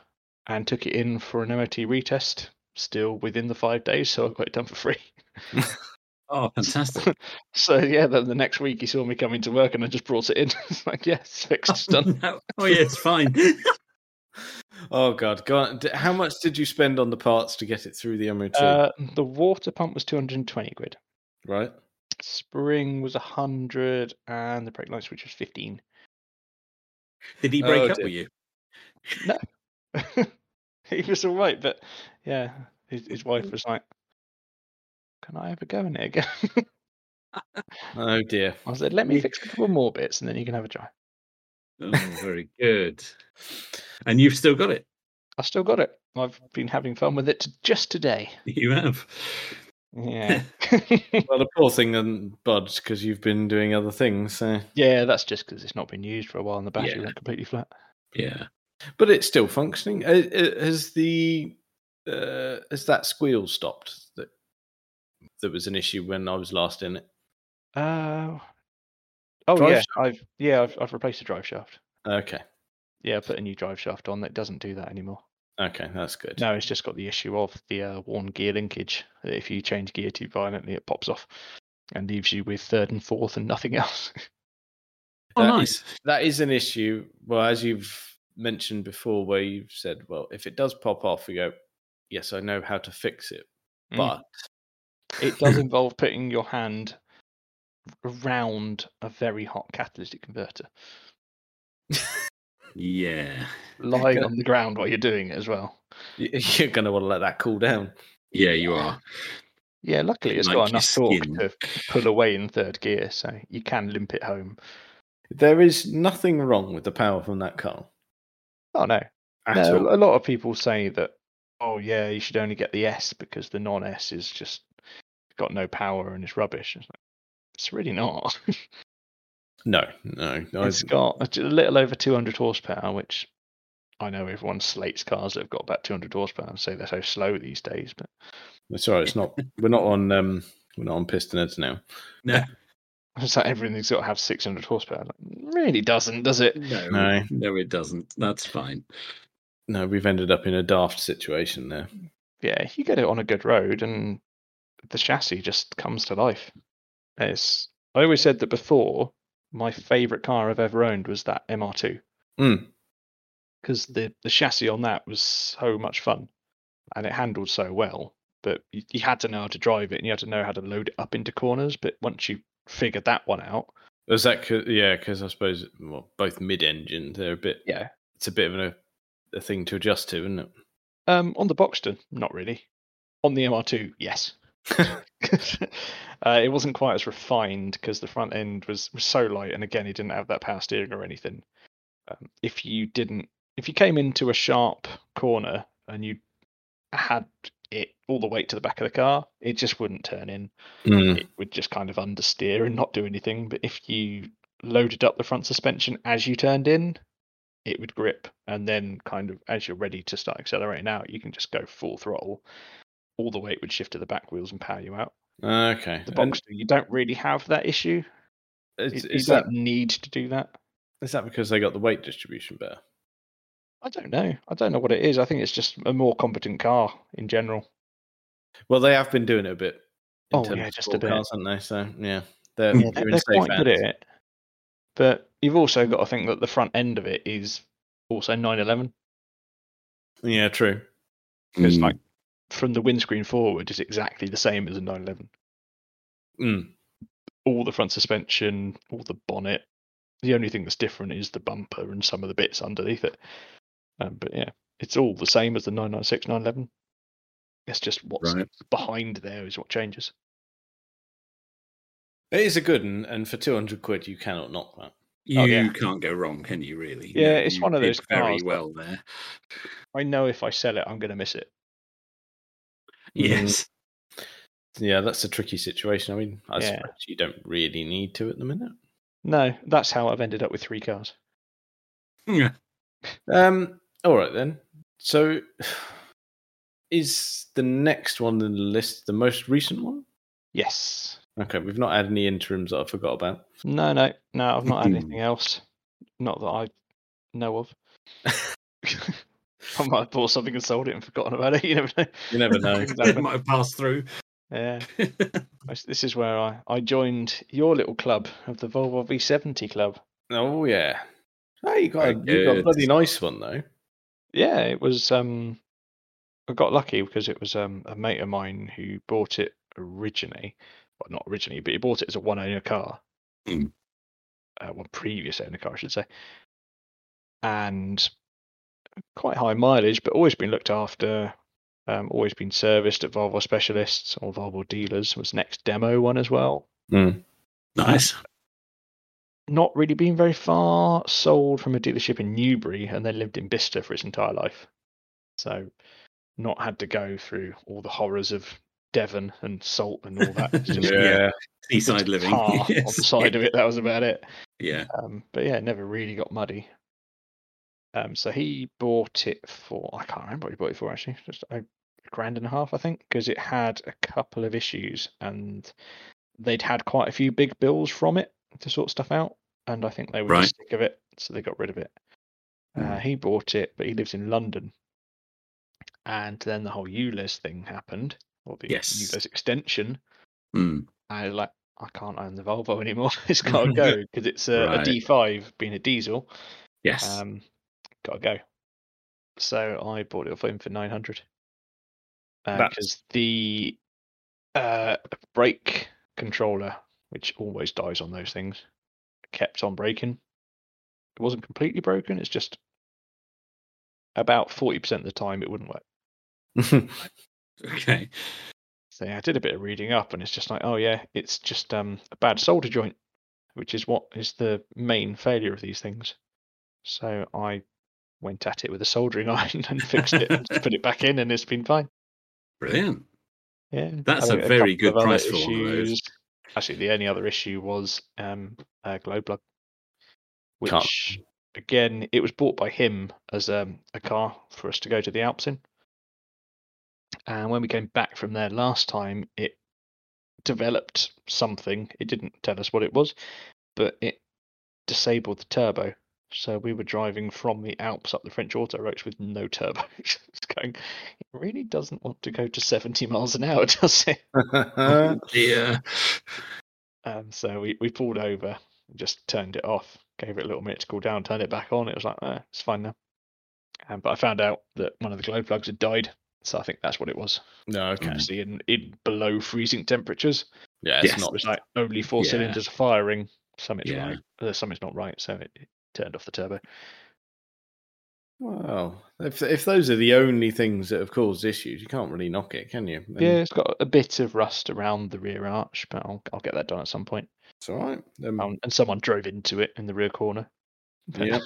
Speaker 3: and took it in for an MOT retest, still within the five days. So I got it done for free.
Speaker 1: Oh, fantastic.
Speaker 3: So yeah, then the next week he saw me coming to work and I just brought it in. it's like, yeah, it's fixed, it's done.
Speaker 1: No. Oh, yeah, it's fine.
Speaker 2: Oh god, go on. D- How much did you spend on the parts to get it through the MOT?
Speaker 3: Uh, the water pump was 220 quid.
Speaker 2: right.
Speaker 3: Spring was 100 and the brake light switch was 15.
Speaker 1: Did he break
Speaker 2: Oh,
Speaker 1: up
Speaker 2: dear.
Speaker 1: with you?
Speaker 3: he was all right, but yeah, his, his wife was like, can I ever go in it again?
Speaker 2: Oh dear.
Speaker 3: I said, let me
Speaker 1: Yeah.
Speaker 3: fix a couple more bits and then you can have a try.
Speaker 1: Oh, very good. And you've still got it.
Speaker 3: I still got it. I've been having fun with it t- just today.
Speaker 1: You have.
Speaker 3: Yeah.
Speaker 2: Well, the poor thing didn't budge because you've been doing other things. eh? So.
Speaker 3: yeah, that's just because it's not been used for a while and the battery
Speaker 1: Yeah.
Speaker 3: went completely flat.
Speaker 1: Yeah.
Speaker 2: But it's still functioning. Uh, uh, Has the uh, has that squeal stopped? That that was an issue when I was last in it.
Speaker 3: Uh, oh
Speaker 2: Drive
Speaker 3: yeah, I've yeah I've, I've replaced the drive shaft.
Speaker 2: Okay,
Speaker 3: Yeah, I put a new drive shaft on that doesn't do that anymore.
Speaker 2: okay, that's good.
Speaker 3: No, it's just got the issue of the uh, worn gear linkage. that If you change gear too violently, it pops off and leaves you with third and fourth and nothing else.
Speaker 1: Oh,
Speaker 2: That
Speaker 1: nice.
Speaker 2: That is an issue. Well, as you've mentioned before, where you've said, well, if it does pop off, we go, yes, I know how to fix it,
Speaker 3: Mm.
Speaker 2: but
Speaker 3: it does involve putting your hand around a very hot catalytic converter,
Speaker 1: Yeah.
Speaker 3: lying on the ground while you're doing it as well.
Speaker 2: Y- You're going to want to let that cool down.
Speaker 1: Yeah, you are.
Speaker 3: Yeah, luckily it's
Speaker 1: Like
Speaker 3: got
Speaker 1: your
Speaker 3: enough torque
Speaker 1: skin.
Speaker 3: to pull away in third gear, so you can limp it home.
Speaker 2: There is nothing wrong with the power from that car
Speaker 3: Oh no,
Speaker 2: at all.
Speaker 3: no a lot of people say that. Oh yeah, you should only get the S because the non-S is just got no power and is rubbish. It's, like, it's really not.
Speaker 2: No, no, no.
Speaker 3: It's got a t- a little over 200 horsepower, which I know everyone slates cars that have got about 200 horsepower and say they're so slow these days. But
Speaker 2: It's all right. It's not. We're not on. Um, we're not on pistonheads now.
Speaker 1: No,
Speaker 3: it's like everything's got to have 600 horsepower. Like, really doesn't, does it?
Speaker 1: no,
Speaker 2: No.
Speaker 1: no, it doesn't. That's fine.
Speaker 2: No, we've ended up in a daft situation there.
Speaker 3: yeah, if you get it on a good road and the chassis just comes to life. It's I always said that before my favorite car I've ever owned was that MR2
Speaker 2: Mm.
Speaker 3: because the the chassis on that was so much fun and it handled so well. But you, you had to know how to drive it and you had to know how to load it up into corners. But once you figured that one out,
Speaker 2: Is that? 'cause- yeah, because I suppose well, both mid-engine. They're a bit.
Speaker 3: yeah,
Speaker 2: It's a bit of a, a thing to adjust to, isn't it?
Speaker 3: um, on the Boxton, not really. On the MR2, yes. uh, it wasn't quite as refined because the front end was, was so light, and again, he didn't have that power steering or anything. Um, if you didn't, if you came into a sharp corner and you had it all the way to the back of the car, it just wouldn't turn in.
Speaker 2: Mm.
Speaker 3: It would just kind of understeer and not do anything. But if you loaded up the front suspension as you turned in, it would grip, and then kind of as you're ready to start accelerating out, you can just go full throttle. All the weight would shift to the back wheels and power you out
Speaker 2: Okay.
Speaker 3: the
Speaker 2: And
Speaker 3: box do, you don't really have that issue.
Speaker 2: Is,
Speaker 3: Is,
Speaker 2: is
Speaker 3: that
Speaker 2: that
Speaker 3: need to do that?
Speaker 2: is that because they got the weight distribution better?
Speaker 3: I don't know. I don't know what it is. I think it's just a more competent car in general.
Speaker 2: Well, they have been doing it a bit. in
Speaker 3: Oh,
Speaker 2: terms
Speaker 3: yeah,
Speaker 2: of
Speaker 3: just a
Speaker 2: sport
Speaker 3: bit.
Speaker 2: Cars, haven't they? So yeah, they're,
Speaker 1: Yeah,
Speaker 2: they're
Speaker 3: They're,
Speaker 2: in
Speaker 3: they're
Speaker 2: safe
Speaker 3: quite good
Speaker 2: hands.
Speaker 3: at it. But you've also got to think that the front end of it is also 911
Speaker 2: Yeah, true.
Speaker 3: It's
Speaker 1: Mm.
Speaker 3: like- from the windscreen forward is exactly the same as a 911.
Speaker 2: Mm.
Speaker 3: All the front suspension, all the bonnet. The only thing that's different is the bumper and some of the bits underneath it. Um, but yeah, it's all the same as the 996 911. It's just what's
Speaker 1: right.
Speaker 3: behind there is what changes.
Speaker 2: It is a good one, and for two hundred quid, you cannot knock that.
Speaker 1: You
Speaker 3: Oh, yeah.
Speaker 1: can't go wrong, can you? Really?
Speaker 3: Yeah, it's
Speaker 1: you
Speaker 3: one of
Speaker 1: did
Speaker 3: those
Speaker 1: very
Speaker 3: cars that-
Speaker 1: well there.
Speaker 3: I know if I sell it, I'm going to miss it. Mm.
Speaker 1: Yes.
Speaker 2: Yeah, that's a tricky situation. I mean, I
Speaker 3: Yeah.
Speaker 2: suppose you don't really need to at the minute.
Speaker 3: No, that's how I've ended up with three cars.
Speaker 1: Yeah.
Speaker 2: Um, all right then. So, is the next one in the list the most recent one?
Speaker 3: Yes.
Speaker 2: Okay, we've not had any interims that I forgot about.
Speaker 3: No, no, no. I've not had anything else. Not that I know of. I might have bought something and sold it and forgotten about it. You never know.
Speaker 2: You never know.
Speaker 1: it might have passed through.
Speaker 3: Yeah. I s- This is where I, I joined your little club of the Volvo V70 club.
Speaker 2: oh yeah. Oh, you got a,
Speaker 1: Very
Speaker 2: you got a
Speaker 1: good.
Speaker 2: bloody nice one though.
Speaker 3: Yeah, it was. um I got lucky because it was um, a mate of mine who bought it originally. Well, not originally, but he bought it as a one owner car.
Speaker 1: Mm.
Speaker 3: Uh, one previous owner car, I should say. And quite high mileage, but always been looked after, um, always been serviced at Volvo specialists or Volvo dealers. Was next demo one as well.
Speaker 1: Nice.
Speaker 3: not really been very far, sold from a dealership in Newbury and then lived in Bicester for his entire life. So, not had to go through all the horrors of Devon and salt and all that. It's just
Speaker 1: Yeah. Seaside living.
Speaker 3: tar on
Speaker 1: Yes.
Speaker 3: the side of it. That was about it.
Speaker 1: Yeah.
Speaker 3: Um, but yeah, never really got muddy. Um, so he bought it for I can't remember what he bought it for actually, just a grand and a half I think, because it had a couple of issues and they'd had quite a few big bills from it to sort stuff out, and I think they were
Speaker 1: Right.
Speaker 3: just sick of it, so they got rid of it. Uh,
Speaker 1: Mm.
Speaker 3: he bought it, but he lives in London, and then the whole ULEZ thing happened, or the
Speaker 1: Yes.
Speaker 3: ULEZ extension,
Speaker 1: Mm.
Speaker 3: I was like, I can't own the Volvo anymore. It's got to go because it's a,
Speaker 1: Right.
Speaker 3: a D5 being a diesel.
Speaker 1: Yes.
Speaker 3: Um, got to go. So I bought it off him for 900
Speaker 2: That's-
Speaker 3: because the uh, brake controller, which always dies on those things, kept on breaking. It wasn't completely broken. It's just about 40% of the time it wouldn't work.
Speaker 1: Okay.
Speaker 3: So yeah, I did a bit of reading up, and it's just like, oh yeah, it's just um, a bad solder joint, which is what is the main failure of these things. So I went at it with a soldering iron and fixed it, and put it back in, and it's been fine.
Speaker 1: Brilliant.
Speaker 3: Yeah,
Speaker 1: That's
Speaker 3: I
Speaker 1: a
Speaker 3: think
Speaker 1: very
Speaker 3: couple
Speaker 1: good
Speaker 3: of other
Speaker 1: price for one of those.
Speaker 3: issues- Actually, the only other issue was um, a glow plug, which
Speaker 2: Can't-
Speaker 3: again it was bought by him as um, a car for us to go to the Alps in. And when we came back from there last time, it developed something. It didn't tell us what it was, but it disabled the turbo. So we were driving from the Alps up the French autoroutes with no turbo. it's going, it really doesn't want to go to 70 miles an hour, does it?
Speaker 1: Oh, dear.
Speaker 3: And so we, we pulled over, just turned it off, gave it a little minute to cool down, turned it back on. It was like, eh, it's fine now. Um, but I found out that one of the glow plugs had died. So I think that's what it was.
Speaker 2: no, okay.
Speaker 3: Obviously, in, in below freezing temperatures,
Speaker 2: Yeah, it's
Speaker 1: Yes.
Speaker 3: it
Speaker 2: not.
Speaker 3: was like only four
Speaker 1: Yeah.
Speaker 3: cylinders are firing. Something's
Speaker 1: Yeah.
Speaker 3: right, uh, something's not right. So it, it turned off the turbo.
Speaker 2: Well, if if those are the only things that have caused issues, you can't really knock it, can you? And
Speaker 3: yeah, it's got a bit of rust around the rear arch, but I'll, I'll get that done at some point.
Speaker 2: it's all right. Um,
Speaker 3: Um, and someone drove into it in the rear corner. But-
Speaker 2: Yeah.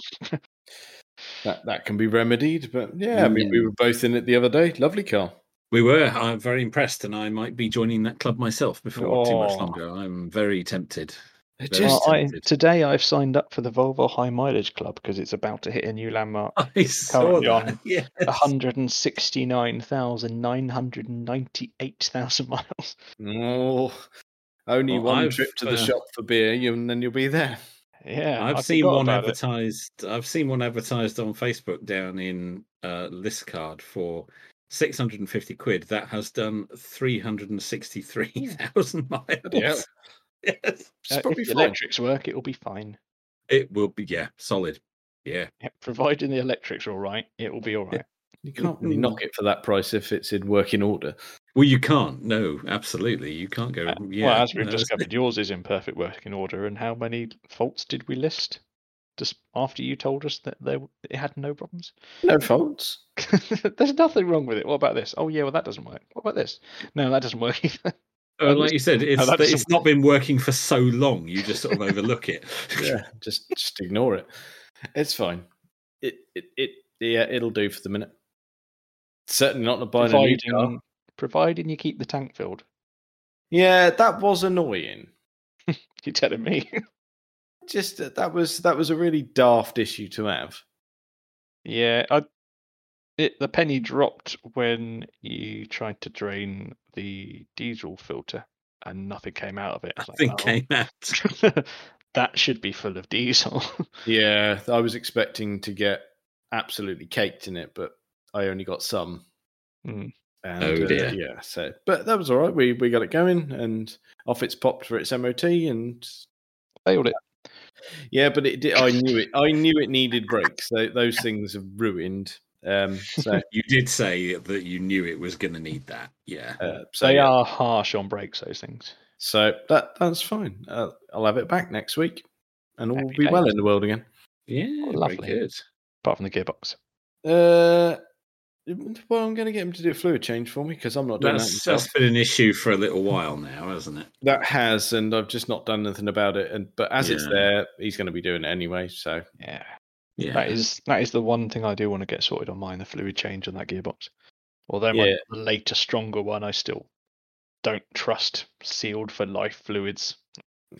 Speaker 2: that that can be remedied, but Mm, yeah, I mean, we
Speaker 1: Yeah.
Speaker 2: were both in it the other day. Lovely car.
Speaker 1: We were. I'm very impressed, and I might be joining that club myself before too much
Speaker 3: Oh.
Speaker 1: longer. I'm very tempted.
Speaker 2: It
Speaker 1: Very
Speaker 2: just
Speaker 3: Well, I,
Speaker 1: tempted.
Speaker 3: today I've signed up for the Volvo High Mileage Club because it's about to hit a new landmark.
Speaker 1: I saw
Speaker 3: currently
Speaker 1: that.
Speaker 3: on
Speaker 1: Yes.
Speaker 3: 169,998,000 miles.
Speaker 2: oh, only
Speaker 1: Well,
Speaker 2: one
Speaker 1: I've,
Speaker 2: trip to the
Speaker 1: uh,
Speaker 2: shop for beer, you, and then you'll be there.
Speaker 3: Yeah, I
Speaker 1: I've seen
Speaker 3: forgot
Speaker 1: one
Speaker 3: about it.
Speaker 1: advertised. I've seen one advertised on Facebook down in uh, Liscard for six hundred and fifty quid. That has done three hundred and sixty-three thousand miles.
Speaker 2: hell.
Speaker 1: Yes,
Speaker 2: It's
Speaker 3: Uh,
Speaker 2: probably
Speaker 3: if the
Speaker 2: fine.
Speaker 3: electrics work, it'll be fine.
Speaker 1: it will be. Yeah, solid. Yeah,
Speaker 3: Yeah, providing the electrics are all right, it will be all right.
Speaker 2: You can't really knock it for that price if it's in working order.
Speaker 1: Well, you can't. No, absolutely, you can't go.
Speaker 3: Uh,
Speaker 1: yeah,
Speaker 3: well, as we've
Speaker 1: no, it's-
Speaker 3: discovered, yours is in perfect working order. And how many faults did we list just after you told us that there, it had no problems?
Speaker 2: No faults.
Speaker 3: There's nothing wrong with it. What about this? Oh yeah, well that doesn't work. What about this? No, that doesn't work either.
Speaker 1: uh, like you said, it's,
Speaker 3: that
Speaker 1: it's
Speaker 3: doesn't-
Speaker 1: not been working for so long. You just sort of overlook it.
Speaker 2: yeah, just just ignore it. It's fine. It it it yeah, it'll do for the minute. Certainly not buying a new car.
Speaker 3: Providing, providing you keep the tank filled.
Speaker 2: Yeah, that was annoying.
Speaker 3: You're telling me.
Speaker 2: Just that- that was that was a really daft issue to have.
Speaker 3: yeah, I, it, the penny dropped when you tried to drain the diesel filter and nothing came out of it. I was
Speaker 1: Nothing
Speaker 3: like,
Speaker 1: came out.
Speaker 3: "Oh, that should be full of diesel.
Speaker 2: Yeah, I was expecting to get absolutely caked in it, but I only got some.
Speaker 3: Mm.
Speaker 2: And,
Speaker 1: Oh,
Speaker 2: uh,
Speaker 1: dear.
Speaker 2: yeah, so but that was all right. We we got it going, and off it's popped for its MOT, and
Speaker 3: Failed it.
Speaker 2: Yeah, but it did. I knew it. I knew it needed breaks. So those things have ruined. Um, so,
Speaker 1: You did say that you knew it was going to need that. Yeah.
Speaker 2: uh, so
Speaker 3: They
Speaker 2: yeah.
Speaker 3: are harsh on brakes. Those things.
Speaker 2: So that that's fine. Uh, I'll have it back next week, and all will
Speaker 3: Happy
Speaker 2: be well
Speaker 3: days.
Speaker 2: in the world again.
Speaker 1: Yeah,
Speaker 3: lovely.
Speaker 1: very good.
Speaker 3: Apart from the gearbox.
Speaker 2: Uh, well, I'm going to get him to do a fluid change for me because I'm not doing
Speaker 1: That's,
Speaker 2: that. Myself.
Speaker 1: that's been an issue for a little while now, hasn't it?
Speaker 2: That has, and I've just not done anything about it. And but as it's
Speaker 1: Yeah.
Speaker 2: there, he's going to be doing it anyway. So
Speaker 3: Yeah.
Speaker 1: Yeah.
Speaker 3: That is that is the one thing I do want to get sorted on mine, the fluid change on that gearbox. Although
Speaker 2: Yeah.
Speaker 3: my later, stronger one, I still don't trust sealed for life fluids.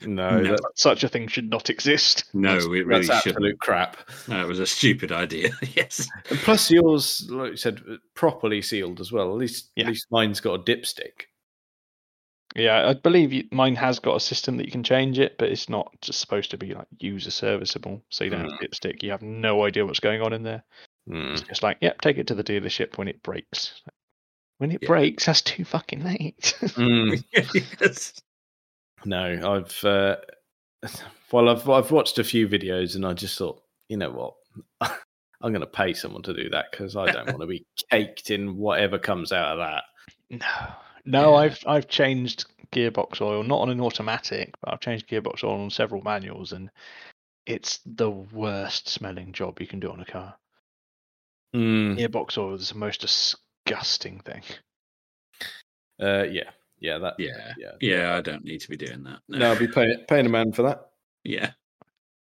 Speaker 2: no,
Speaker 1: No.
Speaker 2: that,
Speaker 3: Such a thing should not exist.
Speaker 1: no,
Speaker 2: that's,
Speaker 1: it really
Speaker 2: that's
Speaker 1: shouldn't.
Speaker 2: absolute crap.
Speaker 1: That was a stupid idea. yes.
Speaker 2: And plus, yours, like you said, uh, properly sealed as well. At least,
Speaker 3: Yeah.
Speaker 2: at least mine's got a dipstick.
Speaker 3: Yeah, I believe you, mine has got a system that you can change it, but it's not just supposed to be like user serviceable. So you don't
Speaker 1: Hmm.
Speaker 3: have a dipstick. You have no idea what's going on in there.
Speaker 2: Hmm.
Speaker 3: It's just like, yep, take it to the dealership when it breaks. When it
Speaker 1: Yeah.
Speaker 3: breaks, that's too fucking late.
Speaker 2: Hmm.
Speaker 1: Mm. yes.
Speaker 2: No, I've uh, well, I've I've watched a few videos, and I just thought, you know what, I'm going to pay someone to do that because I don't want to be caked in whatever comes out of that.
Speaker 3: No, no,
Speaker 1: Yeah.
Speaker 3: I've I've changed gearbox oil, not on an automatic, but I've changed gearbox oil on several manuals, and it's the worst smelling job you can do on a car.
Speaker 2: Mm,
Speaker 3: Gearbox oil is the most disgusting thing.
Speaker 2: uh, yeah, yeah, that.
Speaker 1: Yeah.
Speaker 2: Yeah.
Speaker 1: Yeah, I don't need to be doing that.
Speaker 2: No, I'll be paying paying a man for that.
Speaker 1: yeah.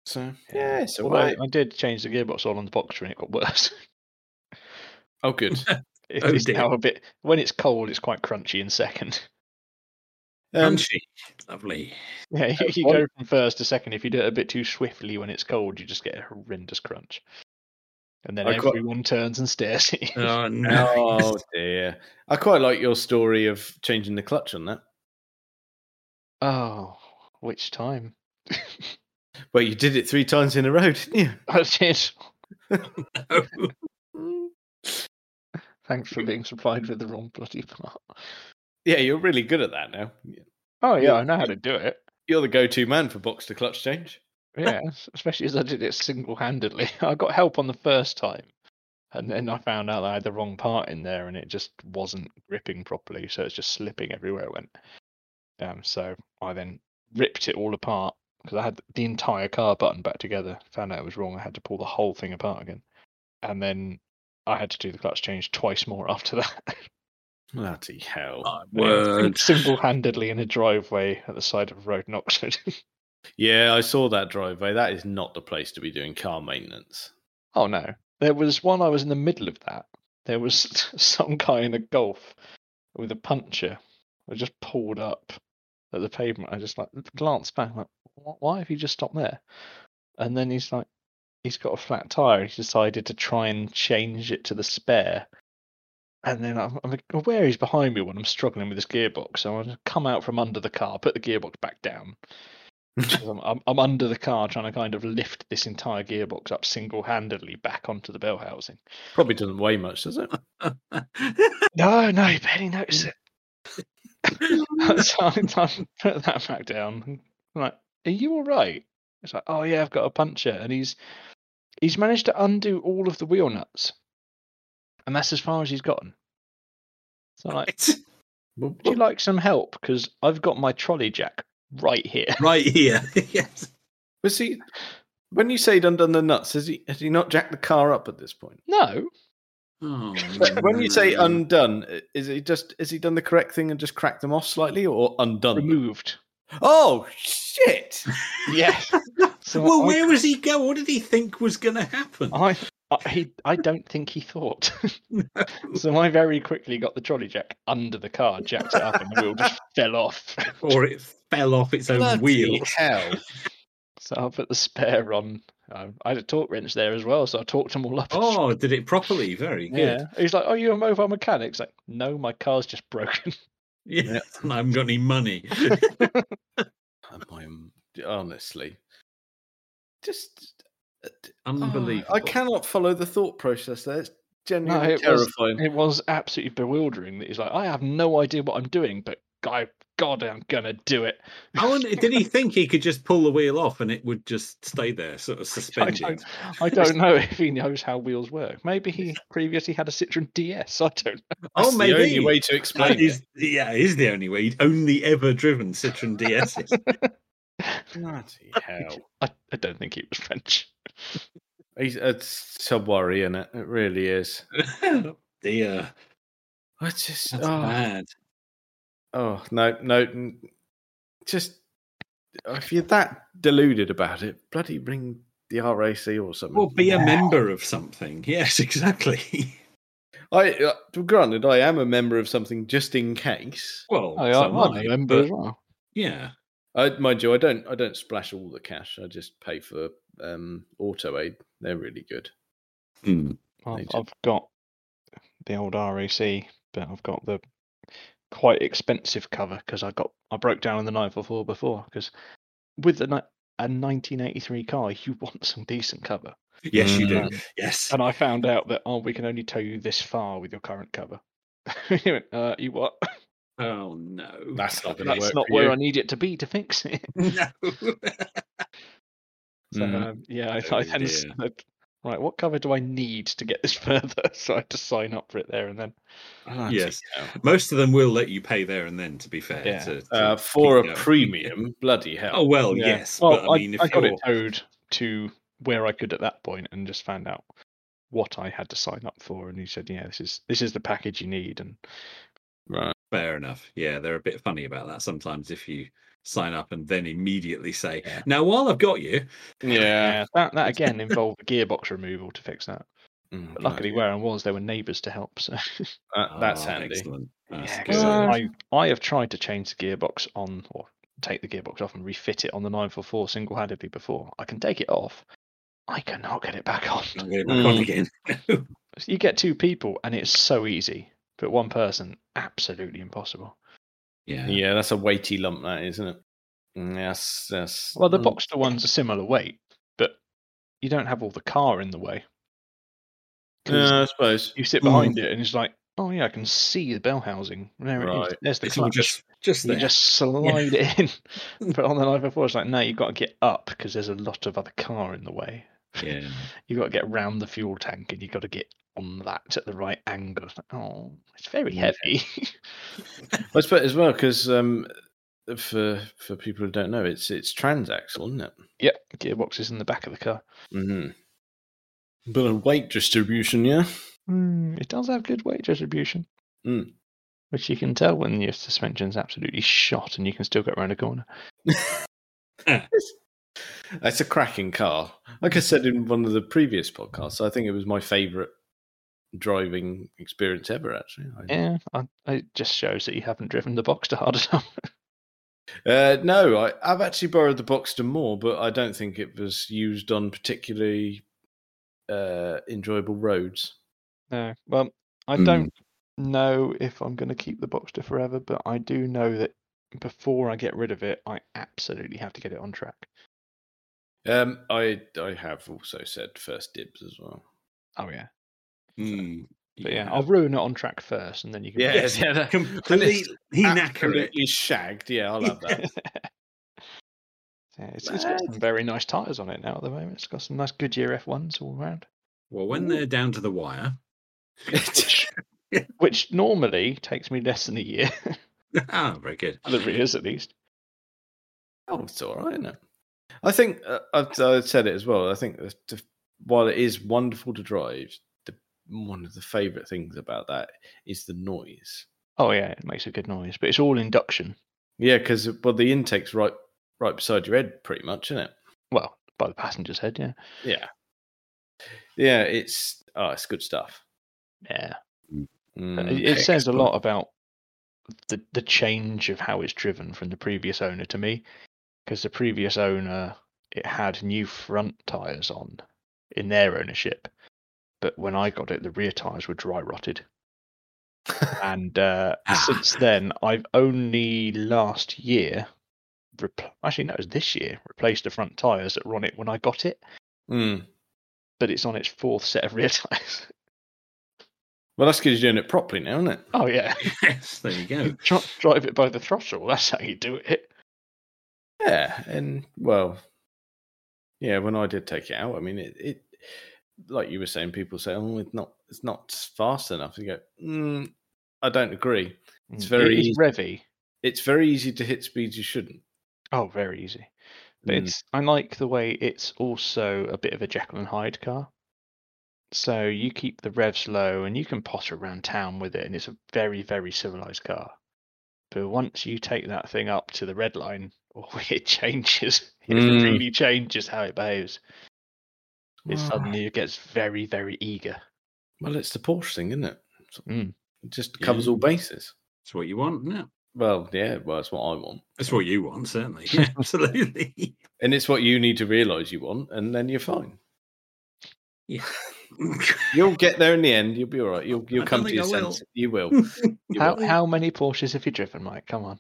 Speaker 2: So yeah, it's all
Speaker 3: Although
Speaker 2: right.
Speaker 3: I did change the gearbox oil on the boxer and it got worse.
Speaker 2: Oh, good.
Speaker 3: It-
Speaker 1: Oh,
Speaker 3: it's
Speaker 1: dear.
Speaker 3: now a bit. When it's cold, it's quite crunchy in second.
Speaker 2: Um,
Speaker 1: Punchy. Lovely.
Speaker 3: Yeah, you, you
Speaker 2: one-
Speaker 3: go from first to second. If you do it a bit too swiftly when it's cold, you just get a horrendous crunch. And then
Speaker 2: I quite-
Speaker 3: everyone turns and stares at you.
Speaker 1: Oh, no.
Speaker 2: oh dear, I quite like your story of changing the clutch on that.
Speaker 3: Oh, which time?
Speaker 2: Well, you did it three times in a row, didn't
Speaker 3: I did.
Speaker 1: No.
Speaker 2: you?
Speaker 3: Thanks for being supplied with the wrong bloody part.
Speaker 2: Yeah, you're really good at that now.
Speaker 3: Oh yeah,
Speaker 2: Yeah.
Speaker 3: I know how to do it.
Speaker 2: You're the go-to man for box to clutch change.
Speaker 3: Yeah, s- especially as I did it single-handedly. I got help on the first time, and then I found out I had the wrong part in there, and it just wasn't gripping properly, so it's just slipping everywhere it went. Um, so I then ripped it all apart because I had the entire car button back together. Found out it was wrong. I had to pull the whole thing apart again, and then I had to do the clutch change twice more after that.
Speaker 2: Bloody hell!
Speaker 1: My word.
Speaker 3: single-handedly in a driveway at the side of a road in Oxford.
Speaker 2: Yeah, I saw that driveway. That is not the place to be doing car maintenance.
Speaker 3: Oh no. There was one I was in the middle of that. There was some guy in a golf with a puncher. I just pulled up at the pavement. I just like glanced back, like, "Wh- why have you just stopped there? And then he's like, he's got a flat tire. He decided to try and change it to the spare. And then I'm, I'm aware he's behind me when I'm struggling with this gearbox. So I just come out from under the car, put the gearbox back down. 'Cause I'm, I'm, I'm under the car trying to kind of lift this entire gearbox up single handedly back onto the bell housing.
Speaker 2: Probably doesn't weigh much, does it?
Speaker 3: No, no, you barely notice it. so I, I put that back down. I'm like, are you all right? It's like, oh yeah, I've got a puncture, and he's he's managed to undo all of the wheel nuts, and that's as far as he's gotten. So I'm like, would you like some help? Because I've got my trolley jack right here.
Speaker 1: right here. yes.
Speaker 2: Was he? When you say he'd undone the nuts, has he? Has he not jacked the car up at this point?
Speaker 3: No,
Speaker 1: Oh,
Speaker 2: But when you say
Speaker 1: no.
Speaker 2: undone, i- is he just? Has he done the correct thing and just cracked them off slightly, or undone? them?
Speaker 3: removed.
Speaker 2: Oh shit!
Speaker 3: Yeah. So
Speaker 1: well,
Speaker 3: I-
Speaker 1: where was he going? What did he think was going to happen?
Speaker 3: I, I he I don't think he thought. so I very quickly got the trolley jack under the car, jacked it up, and the wheel just fell off.
Speaker 1: Or it fell off its own
Speaker 2: Bloody
Speaker 1: wheel.
Speaker 2: Hell!
Speaker 3: so I put the spare on. Um, I had a torque wrench there as well, so I torqued them all up. and
Speaker 1: Oh, did it properly? Very
Speaker 3: sh-
Speaker 1: good.
Speaker 3: yeah. He's like, "Oh, you're a mobile mechanic." It's like, "No, my car's just broken."
Speaker 1: Yeah. And I haven't got any money.
Speaker 2: Am I m- honestly, just oh,
Speaker 1: Unbelievable.
Speaker 2: I cannot follow the thought process there. It's genuinely
Speaker 3: it was-
Speaker 2: terrifying.
Speaker 3: it was absolutely bewildering that he's like, "I have no idea what I'm doing, but I, God, I'm gonna do it."
Speaker 1: I wonder, did he think he could just pull the wheel off and it would just stay there, sort of
Speaker 3: I
Speaker 1: suspended?
Speaker 3: don't, I don't know if he knows how wheels work. Maybe he previously had a Citroen DS. I don't
Speaker 1: Oh,
Speaker 2: That's
Speaker 1: maybe.
Speaker 2: the only way to explain
Speaker 1: That
Speaker 2: it.
Speaker 1: is, yeah, it is the only way. He'd only ever driven Citroen DSs.
Speaker 2: Bloody hell!
Speaker 3: I, I don't think it was French.
Speaker 2: He's, it's a worry, and it? It really is.
Speaker 1: Dear,
Speaker 2: I just
Speaker 1: that's
Speaker 2: oh,
Speaker 1: bad.
Speaker 2: oh no no n- just if you're that deluded about it, bloody ring the RAC or something.
Speaker 1: Well, be a member of something. Yes, exactly.
Speaker 2: I uh, granted I am a member of something just in case.
Speaker 1: Well,
Speaker 3: I,
Speaker 1: so
Speaker 3: I,
Speaker 1: am
Speaker 3: I'm
Speaker 1: Oh, I,
Speaker 3: a member
Speaker 1: but
Speaker 3: as Oh, well.
Speaker 1: Yeah.
Speaker 2: I, mind you, I don't I don't splash all the cash. I just pay for um, auto aid. They're really good.
Speaker 1: Hmm.
Speaker 3: I've,
Speaker 2: Agent.
Speaker 3: I've got the old RAC, but I've got the quite expensive cover because I got I broke down on the 944 before because with the ni- a 1983 car you want some decent cover
Speaker 1: Yes, you do.
Speaker 3: Um,
Speaker 1: Yes.
Speaker 3: and I found out that oh we can only tow you this far with your current cover. He went, uh, you what?
Speaker 1: Oh no.
Speaker 2: That's not gonna
Speaker 3: That's
Speaker 2: work
Speaker 3: not
Speaker 2: for
Speaker 3: where
Speaker 2: you.
Speaker 3: I need it to be to fix it.
Speaker 1: no.
Speaker 3: So
Speaker 2: Mm.
Speaker 3: um, yeah, I,
Speaker 1: Oh,
Speaker 3: I then
Speaker 1: dear.
Speaker 3: said, right, what cover do I need to get this further? So I had to sign up for it there and then.
Speaker 2: Bloody
Speaker 1: Ah, Yes.
Speaker 2: hell.
Speaker 1: Most of them will let you pay there and then. To be fair.
Speaker 3: Yeah.
Speaker 1: to- to
Speaker 2: Uh, for
Speaker 1: keep
Speaker 2: a
Speaker 1: going.
Speaker 2: premium, bloody hell.
Speaker 1: Oh well,
Speaker 3: Yeah.
Speaker 1: yes.
Speaker 3: Well,
Speaker 1: but I mean, if
Speaker 3: I, got
Speaker 1: you're
Speaker 3: it towed to where I could at that point and just found out what I had to sign up for, and he said, "Yeah, this is this is the package you need." And
Speaker 2: Right.
Speaker 1: Fair enough. Yeah, they're a bit funny about that sometimes if you sign up and then immediately say,
Speaker 3: Yeah.
Speaker 1: now while I've got you, Ah,
Speaker 2: Yeah.
Speaker 3: yeah, that that again involved a gearbox removal to fix that.
Speaker 2: Mm,
Speaker 3: But luckily, where I was, there were neighbours to help. So
Speaker 2: that, that's
Speaker 1: Ah,
Speaker 2: handy.
Speaker 1: Excellent. That's
Speaker 3: yeah, 'cause
Speaker 1: good.
Speaker 3: I I have tried to change the gearbox on or take the gearbox off and refit it on the 944 single-handedly before. I can take it off. I cannot get it back on.
Speaker 1: I'm going back on
Speaker 2: Mm.
Speaker 1: again.
Speaker 3: You get two people, and it's so easy. But one person, absolutely impossible.
Speaker 1: yeah.
Speaker 2: Yeah, that's a weighty lump, that isn't it? Mm, Yes, yes.
Speaker 3: Well, the
Speaker 2: Mm.
Speaker 3: Boxster one's a similar weight, but you don't have all the car in the way. 'Cause
Speaker 2: Mm. Yeah, I suppose.
Speaker 3: you sit behind it, and it's like, oh yeah, I can see the bell housing. There it is.
Speaker 2: Right.
Speaker 3: There's the
Speaker 1: It's all
Speaker 3: clutch.
Speaker 1: just just
Speaker 3: you
Speaker 1: there.
Speaker 3: just slide it in. But on the 944, it's like, no, you've got to get up because there's a lot of other car in the way.
Speaker 1: Yeah.
Speaker 3: You've got to get round the fuel tank, and you've got to get on that at the right angle. It's like, oh, it's very
Speaker 2: Yeah.
Speaker 3: heavy.
Speaker 2: I suppose as well, because um, for for people who don't know, it's it's transaxle, isn't it?
Speaker 3: yep, gearbox is in the back of the car.
Speaker 2: Mm-hmm. But a weight distribution, yeah.
Speaker 3: Mm, it does have good weight distribution,
Speaker 2: Mm.
Speaker 3: which you can tell when your suspension's absolutely shot and you can still get around a corner.
Speaker 2: That's a cracking car. Like I said in one of the previous podcasts, I think it was my favourite driving experience ever. Actually, I-
Speaker 3: Yeah, I, it just shows that you haven't driven the Boxster hard enough.
Speaker 2: Uh, no, I, I've actually borrowed the Boxster more, but I don't think it was used on particularly uh, enjoyable roads.
Speaker 3: no, well, I
Speaker 1: Mm.
Speaker 3: don't know if I'm going to keep the Boxster forever, but I do know that before I get rid of it, I absolutely have to get it on track.
Speaker 2: Um, I I have also said first dibs as well.
Speaker 3: Oh yeah,
Speaker 1: Mm.
Speaker 3: but yeah, I'll ruin it on track first, and then you can.
Speaker 1: Yes,
Speaker 2: yeah, that-
Speaker 1: completely knackered it.
Speaker 2: absolutely shagged. Yeah, I love that.
Speaker 3: Yeah, it's, it's got some very nice tyres on it now at the moment. It's got some nice Goodyear F1s all round.
Speaker 1: Well, when
Speaker 2: Ooh.
Speaker 1: they're down to the wire,
Speaker 3: which, which normally takes me less than a year,
Speaker 1: ah, very good.
Speaker 3: the rears at least.
Speaker 2: oh, it's all right, isn't it? I think uh, I've, I've said it as well. I think that the, while it is wonderful to drive, the, one of the favourite things about that is the noise.
Speaker 3: Oh yeah, it makes a good noise, but it's all induction.
Speaker 2: Yeah, because well, the intake's right right beside your head, pretty much, isn't it?
Speaker 3: Well, by the passenger's head, yeah,
Speaker 2: Yeah, yeah. It's oh, it's good stuff.
Speaker 3: yeah.
Speaker 2: Mm.
Speaker 3: And it, it says a lot about the the change of how it's driven from the previous owner to me, because the previous owner it had new front tires on in their ownership, but when I got it, the rear tires were dry rotted. and uh,
Speaker 1: Ah.
Speaker 3: since then, I've only last year, repl- actually no, it was this year, replaced the front tyres that were on it when I got it,
Speaker 2: Mm.
Speaker 3: but it's on its fourth set of rear tyres.
Speaker 2: Well, that's because you're doing it properly now, isn't it?
Speaker 3: oh yeah,
Speaker 1: Yes, there you go.
Speaker 3: Dri- drive it by the throttle. That's how you do it.
Speaker 2: Yeah, and well, yeah. When I did take it out, I mean, it, it like you were saying, people say, "Oh, it's not, it's not fast enough." You go, mm, I don't agree. It's
Speaker 3: Mm,
Speaker 2: very
Speaker 3: it
Speaker 2: easy.
Speaker 3: is revvy.
Speaker 2: It's very easy to hit speeds you shouldn't.
Speaker 3: Oh, very easy. But
Speaker 2: Mm.
Speaker 3: it's I like the way it's also a bit of a Jekyll and Hyde car. So you keep the revs low and you can potter around town with it and it's a very, very civilized car. But once you take that thing up to the red line, oh, it changes. It
Speaker 2: Mm.
Speaker 3: really changes how it behaves. It
Speaker 2: Ah.
Speaker 3: suddenly gets very, very eager.
Speaker 2: well, it's the Porsche thing, isn't it?
Speaker 3: Mm.
Speaker 2: It just covers all bases.
Speaker 1: It's what you want. No,
Speaker 2: Well, yeah, well, it's what I want.
Speaker 1: it's what you want, certainly. Yeah, absolutely.
Speaker 2: And it's what you need to realize you want, and then you're fine.
Speaker 1: Yeah.
Speaker 2: You'll get there in the end. You'll be all right. You'll you'll
Speaker 1: I don't
Speaker 2: come to
Speaker 1: think
Speaker 2: your
Speaker 1: I will.
Speaker 2: senses. You will. You
Speaker 3: How
Speaker 2: will.
Speaker 3: how many Porsches have you driven, Mike? Come on.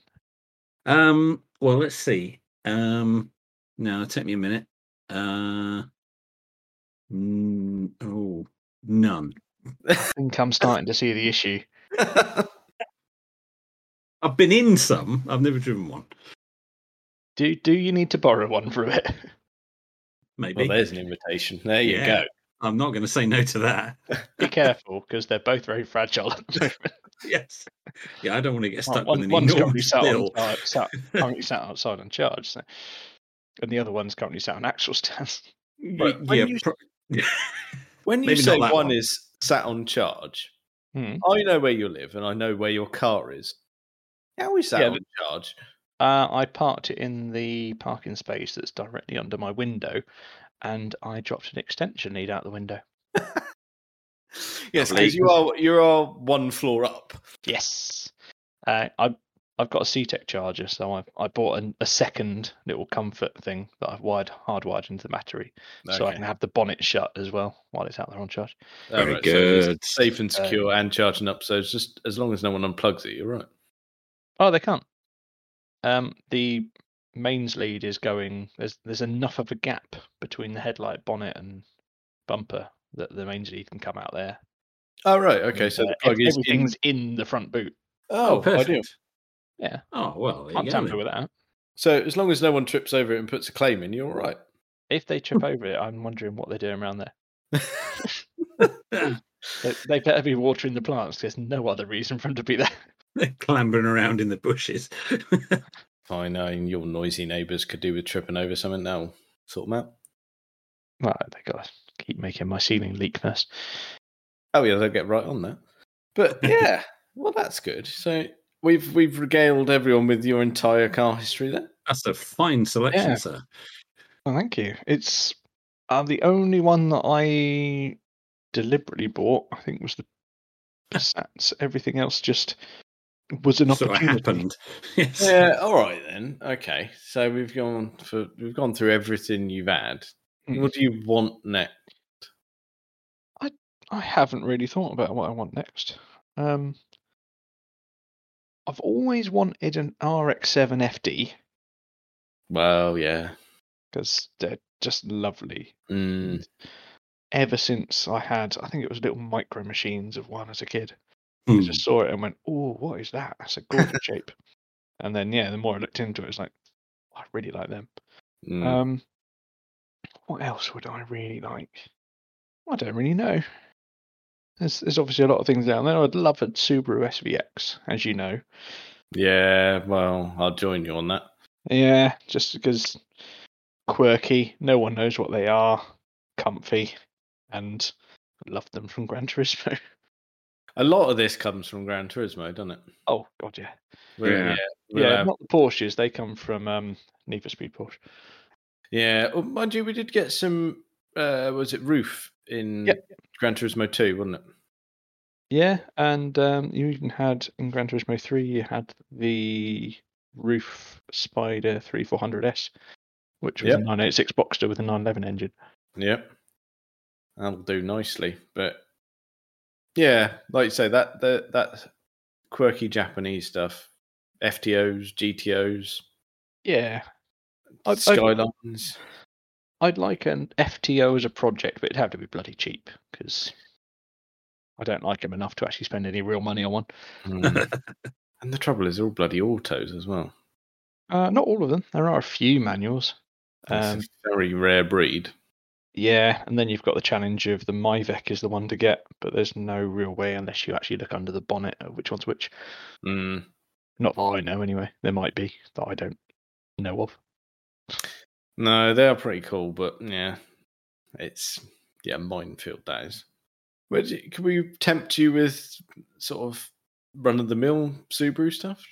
Speaker 1: um. Well, let's see. Um. Now, take me a minute. Uh. mm, oh, none.
Speaker 3: I think I'm starting to see the issue.
Speaker 1: I've been in some. I've never driven one.
Speaker 3: Do do you need to borrow one from it?
Speaker 1: Maybe.
Speaker 2: well, there's an invitation. There you
Speaker 1: Yeah. I'm not going to say no to that.
Speaker 3: Be careful, because they're both very fragile at the moment.
Speaker 1: yes. Yeah, I don't want to get
Speaker 3: Well,
Speaker 1: stuck
Speaker 3: one,
Speaker 1: with an
Speaker 3: one's currently
Speaker 1: enormous
Speaker 3: sat, on,
Speaker 1: bill.
Speaker 3: uh, sat, currently sat outside on charge, so. and the other one's currently sat on axle stands.
Speaker 1: Y-
Speaker 2: But when
Speaker 1: yeah,
Speaker 2: you-
Speaker 1: pro-
Speaker 2: When you
Speaker 1: Maybe
Speaker 2: say
Speaker 1: not
Speaker 2: one,
Speaker 1: that one.
Speaker 2: is sat on charge,
Speaker 3: Hmm.
Speaker 2: I know where you live and I know where your car is. How is that
Speaker 3: Yeah,
Speaker 2: on charge?
Speaker 3: Uh, I parked it in the parking space that's directly under my window, and I dropped an extension lead out the window.
Speaker 2: Yes,
Speaker 1: Lovely.
Speaker 2: because you are you are one floor up.
Speaker 3: Yes, uh, I I've got a CTEC charger, so I I bought an, a second little comfort thing that I've wired hardwired into the battery, so I
Speaker 2: Okay.
Speaker 3: can have the bonnet shut as well while it's out there on charge.
Speaker 2: All
Speaker 1: Very
Speaker 2: so it's
Speaker 1: good.
Speaker 2: safe and
Speaker 3: Uh,
Speaker 2: secure and charging up. So it's just as long as no one unplugs it, you're right.
Speaker 3: Oh, they can't. Um, the mains lead is going. There's there's enough of a gap between the headlight bonnet and bumper that the mains lead can come out there.
Speaker 2: Oh right, okay. So
Speaker 3: Uh,
Speaker 2: the
Speaker 3: ev-
Speaker 2: plug is in.
Speaker 3: everything's in... the front boot.
Speaker 2: Oh, ideal.
Speaker 3: Yeah.
Speaker 1: Oh well, there
Speaker 3: Can't
Speaker 1: you go
Speaker 3: tamper
Speaker 1: then.
Speaker 3: with that.
Speaker 2: So as long as no one trips over it and puts a claim in, you're all right.
Speaker 3: If they trip over it, I'm wondering what they're doing around there. They, they better be watering the plants. There's no other reason for them to be there.
Speaker 1: They're clambering around in the bushes.
Speaker 2: Fine, I mean, your noisy neighbours could do with tripping over something now. Sort them out.
Speaker 3: Well, they gotta keep making my ceiling leak first.
Speaker 2: Oh yeah, they'll get right on that. But yeah, well that's good. So we've we've regaled everyone with your entire car history there.
Speaker 1: That's a fine selection,
Speaker 3: Yeah.
Speaker 1: sir.
Speaker 3: Oh, thank you. It's uh, the only one that I deliberately bought. I think was the Passats. Everything else just was an
Speaker 1: Sort of
Speaker 3: opportunity.
Speaker 1: happened. Yes.
Speaker 2: Yeah, all right then. Okay. So we've gone for we've gone through everything you've had.
Speaker 3: Mm.
Speaker 2: What do you want next?
Speaker 3: I haven't really thought about what I want next. Um, I've always wanted an RX-7 FD
Speaker 2: Well, yeah.
Speaker 3: because they're just lovely.
Speaker 2: Mm.
Speaker 3: Ever since I had, I think it was little micro machines of one as a kid. I
Speaker 1: Hmm.
Speaker 3: just saw it and went, "Oh, what is that? That's a gorgeous shape." And then yeah, the more I looked into it, it's like "Oh, I really like them.
Speaker 2: mm.
Speaker 3: Um, what else would I really like? I don't really know. There's there's obviously a lot of things down there. I'd love a Subaru SVX, as you know.
Speaker 2: yeah, well, I'll join you on that.
Speaker 3: Yeah, just because quirky, no one knows what they are, comfy, and love them from Gran Turismo.
Speaker 2: A lot of this comes from Gran Turismo, doesn't it?
Speaker 3: oh God, yeah,
Speaker 2: We'll-
Speaker 1: Yeah.
Speaker 2: we'll
Speaker 3: yeah.
Speaker 2: have-
Speaker 3: Not the Porsches; they come from um, Need for Speed Porsche.
Speaker 2: yeah. Oh, mind you, we did get some. Uh, was it roof in
Speaker 3: Yep.
Speaker 2: Gran Turismo Two, wasn't it?
Speaker 3: Yeah, and um, you even had in Gran Turismo 3, you had the Roof Spider 3400S, which was
Speaker 2: Yep.
Speaker 3: a 986 Boxster with a 911 engine.
Speaker 2: Yep. That'll do nicely, but yeah, like you say, that that that quirky Japanese stuff, FTOs, GTOs,
Speaker 3: Yeah, I'd, I'd,
Speaker 2: Skylines.
Speaker 3: I'd like an FTO as a project, but it'd have to be bloody cheap because I don't like them enough to actually spend any real money on one.
Speaker 1: Uh,
Speaker 2: Mm. and the trouble is, they're all bloody autos as well.
Speaker 3: Uh, not all of them. There are a few manuals. Um,
Speaker 2: It's a very rare breed.
Speaker 3: Yeah, and then you've got the challenge of the Myvec is the one to get, but there's no real way unless you actually look under the bonnet at which one's which.
Speaker 2: Mm.
Speaker 3: Not that I know, anyway. There might be that I don't know of.
Speaker 2: No, they are pretty cool, but yeah, it's yeah minefield that is. Where do, can we tempt you with sort of run of the mill Subaru stuff,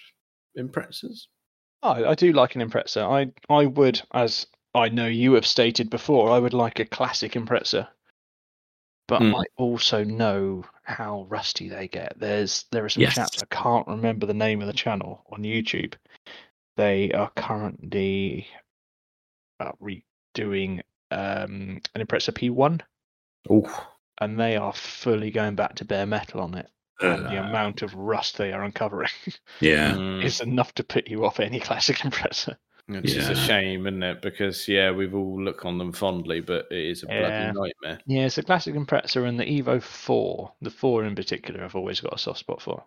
Speaker 2: impressors?
Speaker 3: I, I do like an Impreza. I, I would, as I know you have stated before, I would like a classic Impreza. But
Speaker 2: Hmm.
Speaker 3: I also know how rusty they get. There's there are some
Speaker 1: Yes.
Speaker 3: chaps I can't remember the name of the channel on YouTube. They are currently uh, redoing um, an Impreza P1,
Speaker 2: Oh,
Speaker 3: and they are fully going back to bare metal on it. and the
Speaker 1: Uh,
Speaker 3: amount of rust they are uncovering
Speaker 1: yeah.
Speaker 3: is enough to put you off any classic compressor.
Speaker 2: Which is a
Speaker 1: Yeah.
Speaker 2: shame, isn't it? Because yeah, we've all looked on them fondly, but it is a bloody
Speaker 3: Yeah.
Speaker 2: nightmare.
Speaker 3: Yeah, it's a classic compressor and the Evo 4, the 4 in particular, I've always got a soft spot for.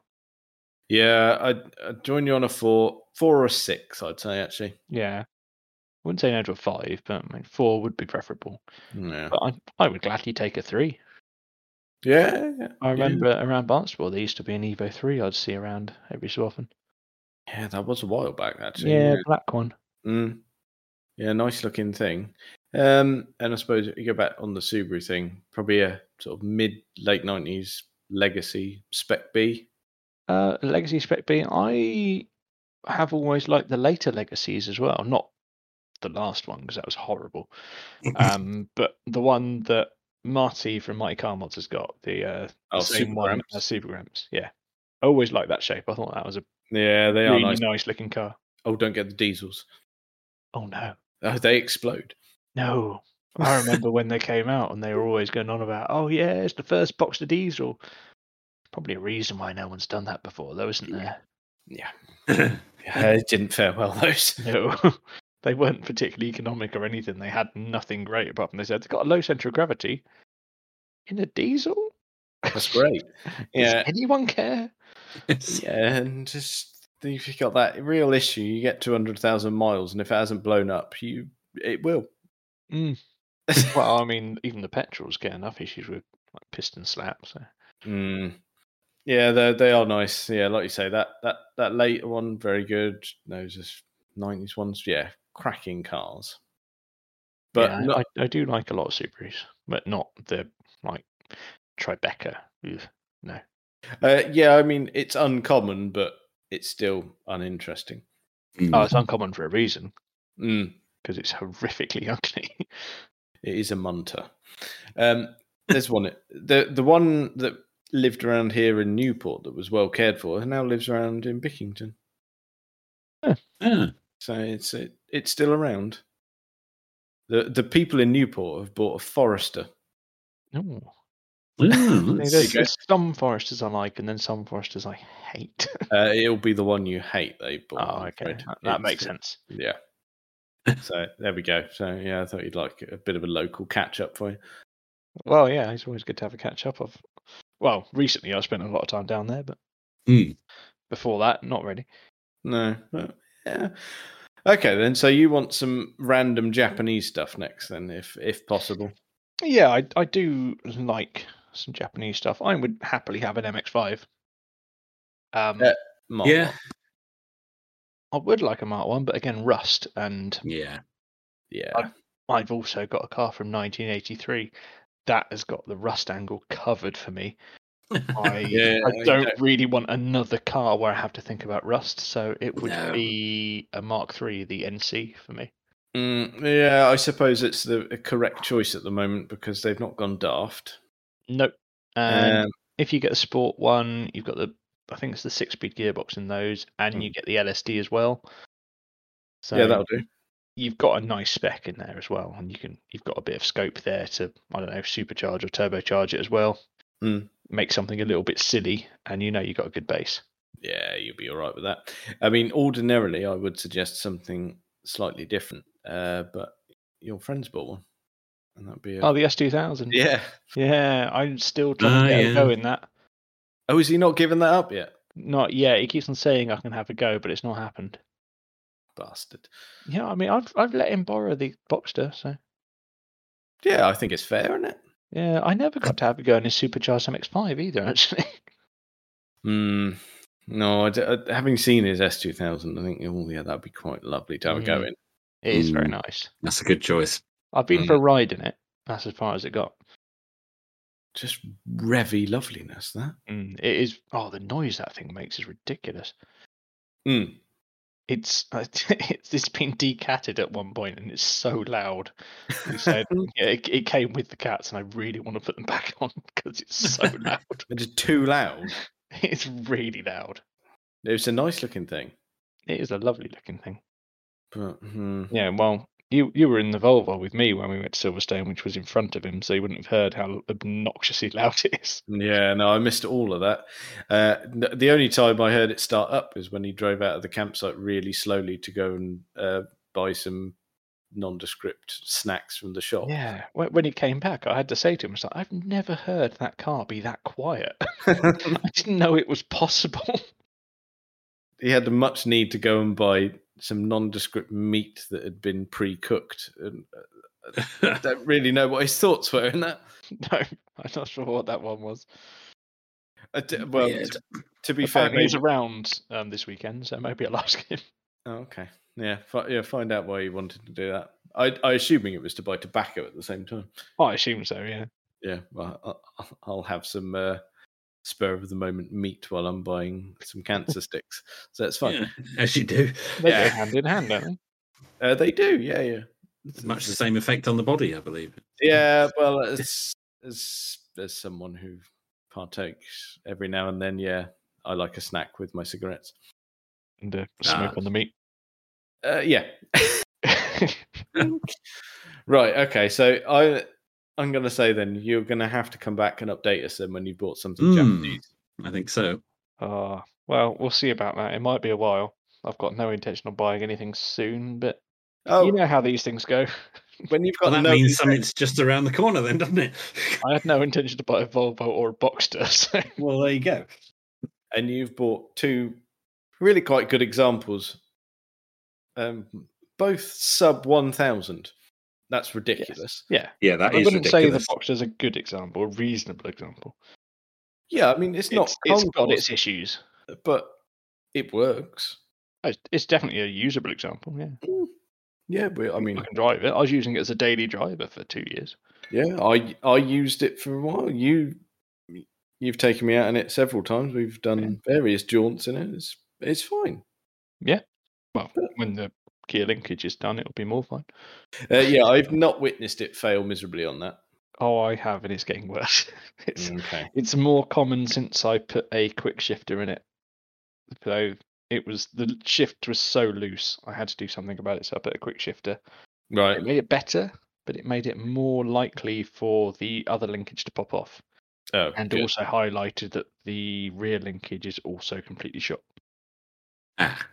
Speaker 2: Yeah, I'd, I'd join you on a four, four or a six, I'd say actually.
Speaker 3: Yeah. I wouldn't say no to a 5, but I mean, 4 would be preferable.
Speaker 2: Yeah,
Speaker 3: But I, I would gladly take a 3.
Speaker 2: yeah, yeah.
Speaker 3: I remember around Barnstable, there used to be an Evo 3 I'd see around every so often.
Speaker 2: yeah that was a while back actually.
Speaker 3: Yeah, black one.
Speaker 2: Mm. Yeah, nice looking thing. Um, and I suppose if you go back on the Subaru thing, probably a sort of mid late nineties legacy spec B.
Speaker 3: Uh, Legacy Spec B, I have always liked the later Legacies as well, not the last one because that was horrible. Um, but the one that Marty from Mighty Car Mods has got, the, uh, the
Speaker 2: Oh,
Speaker 3: same
Speaker 2: Super
Speaker 3: one
Speaker 2: Ramps.
Speaker 3: as Super Ramps. Yeah, I always liked that shape. I thought that was a
Speaker 2: Yeah, they are
Speaker 3: really
Speaker 2: nice.
Speaker 3: nice. looking car.
Speaker 2: Oh, don't get the diesels.
Speaker 3: Oh no,
Speaker 2: Oh, they explode.
Speaker 3: no. I remember when they came out and they were always going on about, oh yeah, it's the first box to diesel. Probably a reason why no one's done that before, though, isn't there?
Speaker 2: Yeah. yeah, it didn't fare well those.
Speaker 3: No, they weren't particularly economic or anything. They had nothing great apart from they said they've got a low centre of gravity in a diesel.
Speaker 2: That's great. Yeah,
Speaker 3: Does anyone care?
Speaker 2: yeah, and just if you got that real issue, you get two hundred thousand miles, and if it hasn't blown up, you it will.
Speaker 3: Mm. Well, I mean, even the petrols get enough issues with like piston slaps. So.
Speaker 2: Mm. Yeah, they they are nice. Yeah, like you say, that that that later one, very good. Those nineties ones, yeah, cracking cars. But
Speaker 3: Yeah,
Speaker 2: not-
Speaker 3: I, I do like a lot of Subarus, but not the like Tribeca. Ugh.
Speaker 2: uh, yeah, I mean, it's uncommon, but it's still uninteresting.
Speaker 1: Hmm. Mm.
Speaker 3: Oh, it's uncommon for a reason
Speaker 2: Mm,
Speaker 3: because it's horrifically ugly.
Speaker 2: it is a munter. Um, there's one. The the one that lived around here in Newport that was well cared for, and now lives around in Bickington.
Speaker 1: Ah,
Speaker 2: So it's it, it's still around. The the people in Newport have bought a Forester.
Speaker 3: Ooh.
Speaker 1: ah,
Speaker 3: There's,
Speaker 1: that's-
Speaker 3: there's some foresters I like, and then some foresters I hate.
Speaker 2: Uh, it'll be the one you hate. They bought.
Speaker 3: oh,
Speaker 2: I'm
Speaker 3: okay,
Speaker 2: afraid.
Speaker 3: that, that
Speaker 2: It's-
Speaker 3: makes sense.
Speaker 2: Yeah. so there we go. So yeah, I thought you'd like a bit of a local catch up for you.
Speaker 3: Well, yeah, it's always good to have a catch up of. Well, recently I spent a lot of time down there, but
Speaker 1: Mm.
Speaker 3: before that, not really.
Speaker 2: No. but, yeah. Okay then. So you want some random Japanese stuff next, then, if if possible.
Speaker 3: Yeah, I, I do like some Japanese stuff. I would happily have an MX5. Um,
Speaker 2: Uh, Mark.
Speaker 1: Yeah.
Speaker 3: I would like a Mark One, but again, rust. And
Speaker 1: Yeah.
Speaker 2: Yeah.
Speaker 3: I- I've also got a car from 1983 that has got the rust angle covered for me. I,
Speaker 2: Yeah,
Speaker 3: I
Speaker 2: you
Speaker 3: don't
Speaker 2: don't-
Speaker 3: really want another car where I have to think about rust, so it would
Speaker 1: No.
Speaker 3: be a Mark Three, the NC for me.
Speaker 2: Mm, yeah. I suppose it's the a correct choice at the moment because they've not gone daft.
Speaker 3: Nope. And
Speaker 2: Um,
Speaker 3: if you get a sport one, you've got the I think it's the six speed gearbox in those, and you get the LSD as well. So
Speaker 2: Hmm. yeah, that'll do.
Speaker 3: you've got a nice spec in there as well, and you can you've got a bit of scope there to I don't know supercharge or turbocharge it as well.
Speaker 2: Mm.
Speaker 3: Make something a little bit silly, and you know you've got a good base.
Speaker 2: yeah, you'll be all right with that. I mean, ordinarily, I would suggest something slightly different, uh, but your friend's bought one, and that'd be a,
Speaker 3: Oh, the S two thousand.
Speaker 2: yeah.
Speaker 3: yeah, I'm still trying to
Speaker 1: Ah,
Speaker 3: get a
Speaker 1: yeah.
Speaker 3: go in that.
Speaker 2: Oh, is he not giving that up yet,
Speaker 3: Not yet. He keeps on saying I can have a go, but it's not happened.
Speaker 2: bastard?
Speaker 3: Yeah, I mean, I've I've let him borrow the Boxster, so
Speaker 2: Yeah, I think it's fair, isn't it?
Speaker 3: Yeah, I never got to have a go in his supercharged MX5 either, actually.
Speaker 2: Mm, no, I d- I- having seen his S two thousand, I think oh yeah, that'd be quite lovely to have a go
Speaker 3: Mm.
Speaker 2: in.
Speaker 3: It is very
Speaker 1: Mm.
Speaker 3: nice.
Speaker 1: That's a good choice.
Speaker 3: I've been for a ride in it. That's as far as it got.
Speaker 2: Just revy loveliness, that.
Speaker 3: Mm, it is. Oh, the noise that thing makes is ridiculous.
Speaker 2: Mm.
Speaker 3: It's uh, it's, it's been decatted at one point, and it's so loud. He said yeah, it, it came with the cats, and I really want to put them back on because it's so loud.
Speaker 2: It is too loud.
Speaker 3: It's really loud.
Speaker 2: It's a nice looking thing,
Speaker 3: It is a lovely looking thing.
Speaker 2: but hmm.
Speaker 3: Yeah, well, you you were in the Volvo with me when we went to Silverstone, which was in front of him, so you wouldn't have heard how obnoxiously loud it is.
Speaker 2: Yeah, no, I missed all of that. Uh, n- the only time I heard it start up is when he drove out of the campsite really slowly to go and uh, buy some nondescript snacks from the shop.
Speaker 3: Yeah, when, when he came back, I had to say to him, I was like, I've never heard that car be that quiet. I didn't know it was possible.
Speaker 2: he had a much need to go and buy some nondescript meat that had been pre-cooked. And I don't really know what his thoughts were in that.
Speaker 3: no, I'm not sure what that one was.
Speaker 2: I d- well,
Speaker 1: Weird.
Speaker 2: to, to be fair,
Speaker 3: Apparently, he's
Speaker 2: maybe-
Speaker 3: around um, this weekend, so maybe I'll ask him.
Speaker 2: oh, okay. Yeah, fi- yeah. Find out why you wanted to do that. I, I assuming it was to buy tobacco at the same time.
Speaker 3: I assume so, yeah.
Speaker 2: Yeah, well, I- I- I'll have some uh, spur of the moment meat while I'm buying some cancer sticks. So that's fine.
Speaker 1: Yeah, as you do.
Speaker 3: They
Speaker 2: Yeah.
Speaker 3: go hand in hand, don't they?
Speaker 2: Uh, they do. Yeah, yeah.
Speaker 1: It's much the same effect on the body, I believe.
Speaker 2: Yeah, well, as, as as someone who partakes every now and then, yeah, I like a snack with my cigarettes.
Speaker 3: And uh,
Speaker 1: Nah.
Speaker 3: smoke on the meat.
Speaker 2: Uh, yeah. Right. Okay. So I I'm going to say then you're going to have to come back and update us then when you bought something
Speaker 1: Hmm.
Speaker 2: Japanese.
Speaker 1: I think so.
Speaker 3: uh, well, we'll see about that. It might be a while. I've got no intention of buying anything soon, but
Speaker 2: Oh,
Speaker 3: you know how these things go.
Speaker 2: when you've got
Speaker 1: Well, that
Speaker 2: no
Speaker 1: means
Speaker 2: interest-
Speaker 1: something's just around the corner, then, doesn't it?
Speaker 3: I had no intention to buy a Volvo or a Boxster, so
Speaker 1: well, there you go.
Speaker 2: and you've bought two really quite good examples, um, both sub one thousand. That's ridiculous.
Speaker 3: yeah.
Speaker 1: Yeah, that
Speaker 3: I
Speaker 1: is
Speaker 3: wouldn't
Speaker 1: ridiculous.
Speaker 3: say the Boxster's a good example, a reasonable example.
Speaker 2: Yeah, I mean it's not.
Speaker 3: it's,
Speaker 2: It's,
Speaker 3: it's got its issues.
Speaker 2: but it works.
Speaker 3: Oh, It's, it's definitely a usable example, yeah.
Speaker 2: Yeah, but I
Speaker 3: I
Speaker 2: mean,
Speaker 3: can drive it. I was using it as a daily driver for two years.
Speaker 2: yeah, I I used it for a while. You you've taken me out in it several times. We've done various jaunts in it. It's it's fine.
Speaker 3: Well, when the gear linkage is done, it'll be more fun.
Speaker 2: Uh, yeah, I've not witnessed it fail miserably on that.
Speaker 3: Oh, I have, and it's getting worse. it's
Speaker 2: Okay.
Speaker 3: it's more common since I put a quick shifter in it. So it was the shift was so loose, I had to do something about it. So I put a quick shifter. It
Speaker 2: Right.
Speaker 3: made it better, but it made it more likely for the other linkage to pop off,
Speaker 2: Oh,
Speaker 3: and
Speaker 2: good.
Speaker 3: also highlighted that the rear linkage is also completely shot.
Speaker 1: Ah,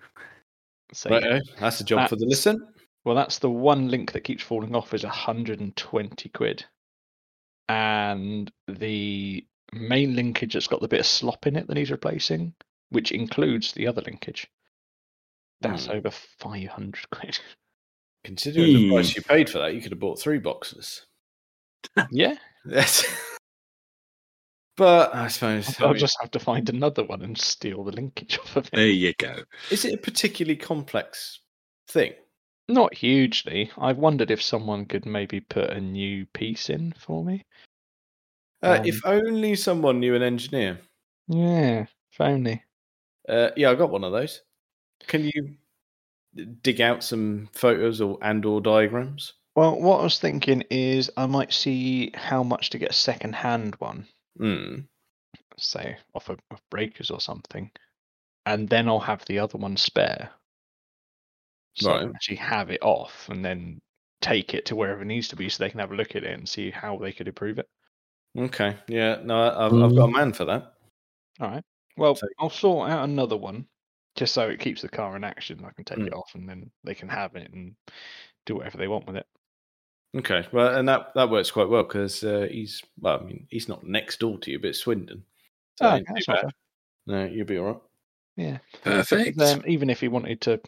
Speaker 3: So
Speaker 2: Right, oh, that's a job for the
Speaker 3: That's-
Speaker 2: listen.
Speaker 3: Well, that's the one link that keeps falling off is 120 quid. And the main linkage that's got the bit of slop in it that needs replacing, which includes the other linkage, that's
Speaker 2: Hmm.
Speaker 3: over 500 quid.
Speaker 2: Considering the price you paid for that, you could have bought three boxes.
Speaker 3: yeah,
Speaker 2: Yes. but I suppose I
Speaker 3: I'll
Speaker 2: mean,
Speaker 3: just have to find another one and steal the linkage off of it.
Speaker 1: there you go.
Speaker 2: is it a particularly complex thing?
Speaker 3: Not hugely. I wondered if someone could maybe put a new piece in for me.
Speaker 2: Uh,
Speaker 3: Um,
Speaker 2: if only someone knew an engineer.
Speaker 3: Yeah, if only.
Speaker 2: Uh, yeah, I got one of those. Can you dig out some photos or and or diagrams?
Speaker 3: Well, what I was thinking is I might see how much to get a second hand one.
Speaker 2: Hmm.
Speaker 3: say off of, of breakers or something, and then I'll have the other one spare. So I can
Speaker 2: Right.
Speaker 3: actually have it off and then take it to wherever it needs to be so they can have a look at it and see how they could improve it.
Speaker 2: Okay. Yeah. No, I- I've, I've got a man for that.
Speaker 3: All right. Well,
Speaker 2: So-
Speaker 3: I'll sort out another one just so it keeps the car in action. I can take
Speaker 2: Mm.
Speaker 3: it off and then they can have it and do whatever they want with it.
Speaker 2: Okay. Well, and that that works quite well because uh, he's well, I mean, he's not next door to you, but it's Swindon. So
Speaker 3: Oh,
Speaker 2: it ain't
Speaker 3: that's
Speaker 2: too
Speaker 3: not
Speaker 2: bad. no, you'll be all right.
Speaker 1: Perfect.
Speaker 3: Um, even if he wanted to,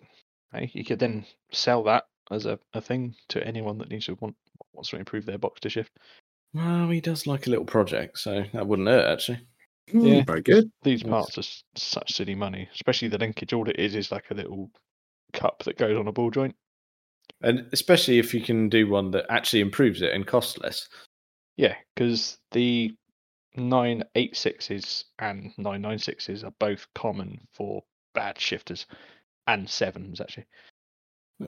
Speaker 3: eh, he could then sell that as a, a thing to anyone that needs to want wants to improve their box to shift.
Speaker 2: Well, he does like a little project, so that wouldn't hurt actually.
Speaker 1: Mm,
Speaker 3: yeah.
Speaker 1: Very good.
Speaker 3: these
Speaker 2: Yes.
Speaker 3: parts are s- such silly money, especially the linkage. All it is is like a little cup that goes on a ball joint.
Speaker 2: And especially if you can do one that actually improves it and costs less.
Speaker 3: Yeah, because the nine eight sixes and nine nine sixes are both common for bad shifters, and sevens actually.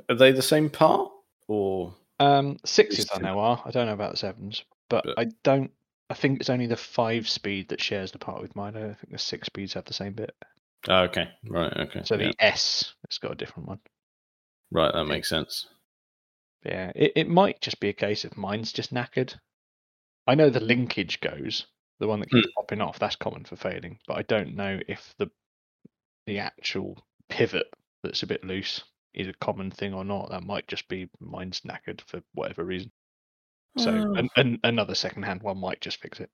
Speaker 2: Are they the same part or
Speaker 3: Um, sixes I
Speaker 2: two.
Speaker 3: know are. I don't know about sevens, but
Speaker 2: But-
Speaker 3: I don't. I think it's only the five speed that shares the part with mine. I don't think the six speeds have the same bit.
Speaker 2: Oh, okay, right, okay.
Speaker 3: So
Speaker 2: yeah.
Speaker 3: the S has got a different one.
Speaker 2: right, that makes sense.
Speaker 3: Yeah, it, it might just be a case of mine's just knackered. I know the linkage goes, the one that keeps popping off, that's common for failing, but I don't know if the the actual pivot that's a bit loose is a common thing or not. That might just be mine's knackered for whatever reason. So
Speaker 2: Oh.
Speaker 3: an, an, another second hand one might just fix it.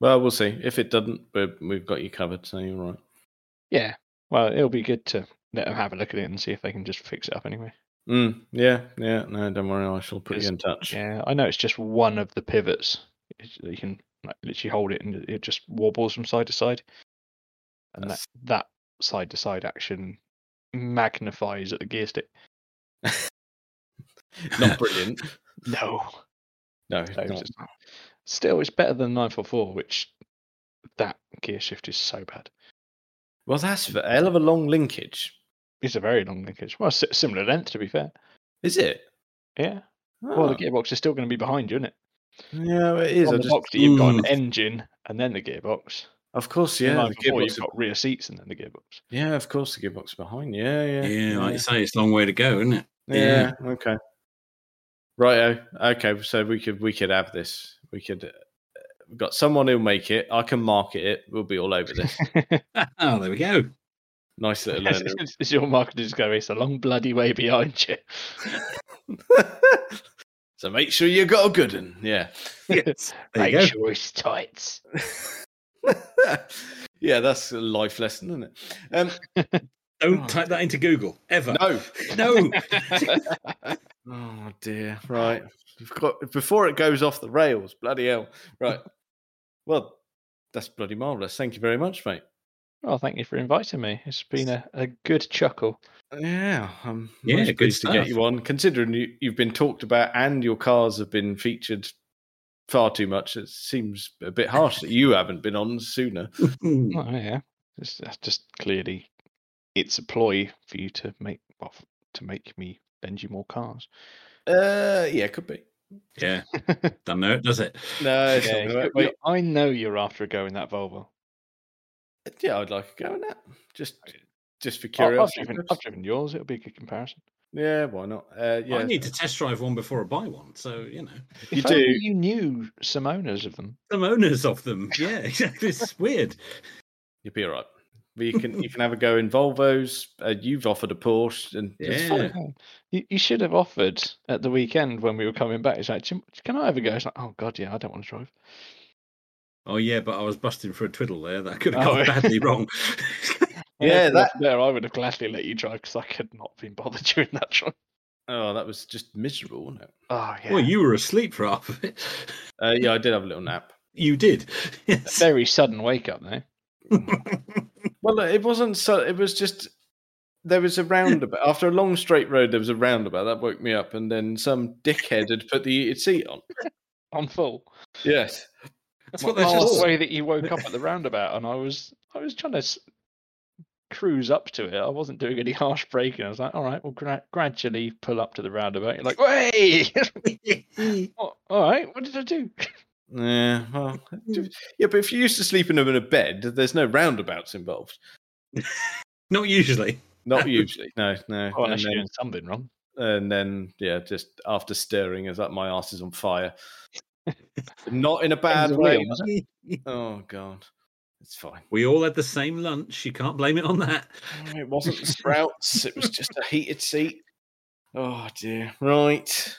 Speaker 2: Well, we'll see. If it doesn't, we- we've got you covered. So you're right.
Speaker 3: Yeah. Well, it'll be good to let them have a look at it and see if they can just fix it up anyway.
Speaker 2: Mm, yeah, yeah. No, don't worry. I shall put
Speaker 3: Yes.
Speaker 2: you in touch.
Speaker 3: Yeah, I know it's just one of the pivots. It's- You can like, literally hold it and it- it just wobbles from side to side. And that,
Speaker 2: That's-
Speaker 3: that side to side action magnifies at the gear stick.
Speaker 2: Not brilliant.
Speaker 3: No.
Speaker 2: No,
Speaker 3: No,
Speaker 2: not.
Speaker 3: it's not. Still, it's better than 944, which that gear shift is so bad.
Speaker 2: Well, that's a hell of a long linkage,
Speaker 3: It's a very long linkage. Well, si- similar length, to be fair.
Speaker 2: is it?
Speaker 3: Yeah. Well,
Speaker 2: Ah.
Speaker 3: the gearbox is still going to be behind you, isn't it?
Speaker 2: yeah, it is.
Speaker 3: On
Speaker 2: I
Speaker 3: the
Speaker 2: just,
Speaker 3: box that you've got an
Speaker 1: Mm.
Speaker 3: engine and then the gearbox.
Speaker 2: of course,
Speaker 3: The
Speaker 2: yeah. The
Speaker 3: 944,
Speaker 2: gearbox,
Speaker 3: you've got rear seats and then the gearbox.
Speaker 2: yeah, of course, the gearbox behind. Yeah, yeah,
Speaker 1: Yeah, like you say, it's a long way to go, isn't it?
Speaker 2: yeah. Okay. Right. Okay. So we could we could have this. We could. Uh, we've got someone who'll make it. I can market it. We'll be all over this.
Speaker 1: Oh, there we go.
Speaker 2: nice little.
Speaker 3: Yes,
Speaker 2: learner.
Speaker 3: it's- it's your marketing is going, it's a long bloody way behind you.
Speaker 2: so make sure you got a good one. Yeah.
Speaker 1: Yes. There you
Speaker 3: Make
Speaker 1: go.
Speaker 3: sure it's tight.
Speaker 2: yeah, that's a life lesson, isn't it? Um,
Speaker 1: Don't type that into Google ever.
Speaker 2: no.
Speaker 1: No.
Speaker 2: Oh dear. Right. We've got before it goes off the rails. Bloody hell. Right. well, that's bloody marvelous. Thank you very much, mate.
Speaker 3: Well, Oh, thank you for inviting me. It's been a, a good chuckle.
Speaker 2: Yeah, I'm
Speaker 1: Yeah,
Speaker 2: most
Speaker 1: good
Speaker 2: pleased to get
Speaker 1: stuff.
Speaker 2: you on. Considering you, you've been talked about and your cars have been featured far too much, it seems a bit harsh that you haven't been on sooner.
Speaker 3: Oh, yeah. It's, that's just clearly it's a ploy for you to make well, f- to make me lend you more cars.
Speaker 2: Uh, yeah, could be.
Speaker 1: yeah. Don't know it, does it?
Speaker 2: No, it's
Speaker 3: Yeah,
Speaker 2: not
Speaker 3: you-
Speaker 2: gonna-
Speaker 3: you-
Speaker 2: wait,
Speaker 3: I know you're after a go in that Volvo.
Speaker 2: yeah, I'd like a go in that. Just, just for
Speaker 3: I- I've,
Speaker 2: curiosity.
Speaker 3: driven, I've
Speaker 2: purposes.
Speaker 3: driven yours. It'll be a good comparison.
Speaker 2: Yeah, why not? Uh, yeah,
Speaker 1: I need to test drive one before I buy one. So, you know,
Speaker 2: You
Speaker 3: If only
Speaker 2: do.
Speaker 3: You knew some owners of them.
Speaker 1: some owners of them. Yeah, exactly. It's weird.
Speaker 2: you'll be all right. But you can you can have a go in Volvos. Uh, you've offered a Porsche, and it's fine.
Speaker 1: Yeah.
Speaker 3: Oh, You, you should have offered at the weekend when we were coming back. It's like, "Do you- can I have a go? It's like, oh god, yeah, I don't want to drive.
Speaker 1: Oh, yeah, but I was busting for a twiddle there. That could have
Speaker 3: Oh.
Speaker 1: gone badly wrong.
Speaker 2: Yeah,
Speaker 3: so that's there. I would have gladly let you drive because I could not have been bothered during that drive.
Speaker 2: Oh, that was just miserable, wasn't it?
Speaker 3: Oh yeah,
Speaker 1: Well, you were asleep for half of it.
Speaker 2: Uh, yeah, I did have a little nap.
Speaker 1: You did. Yes.
Speaker 3: very sudden wake up there.
Speaker 2: Well, no, it wasn't so. It was just there was a roundabout after a long straight road. There was a roundabout that woke me up, and then some dickhead had put the heated seat on.
Speaker 3: I'm full.
Speaker 2: Yes,
Speaker 1: That's
Speaker 3: My
Speaker 1: what they're
Speaker 3: last
Speaker 1: for.
Speaker 3: way that you woke up at the roundabout, and I was I was trying to s- cruise up to it. I wasn't doing any harsh braking. I was like, all right, well, gra- gradually pull up to the roundabout. You're like, wait, all right, what did I do?
Speaker 2: yeah, well, yeah. But if you used to sleeping in a bed, there's no roundabouts involved.
Speaker 1: Not usually.
Speaker 2: Not usually. No, no. and,
Speaker 3: Oh, unless you're
Speaker 2: then,
Speaker 3: doing something wrong.
Speaker 2: and then, yeah, just after stirring, it's like my ass is on fire. Not in a bad
Speaker 3: the
Speaker 2: way.
Speaker 3: wheel, was
Speaker 2: Oh god, it's fine.
Speaker 1: We all had the same lunch. You can't blame it on that.
Speaker 2: No, It wasn't the sprouts. it was just a heated seat. Oh dear. Right.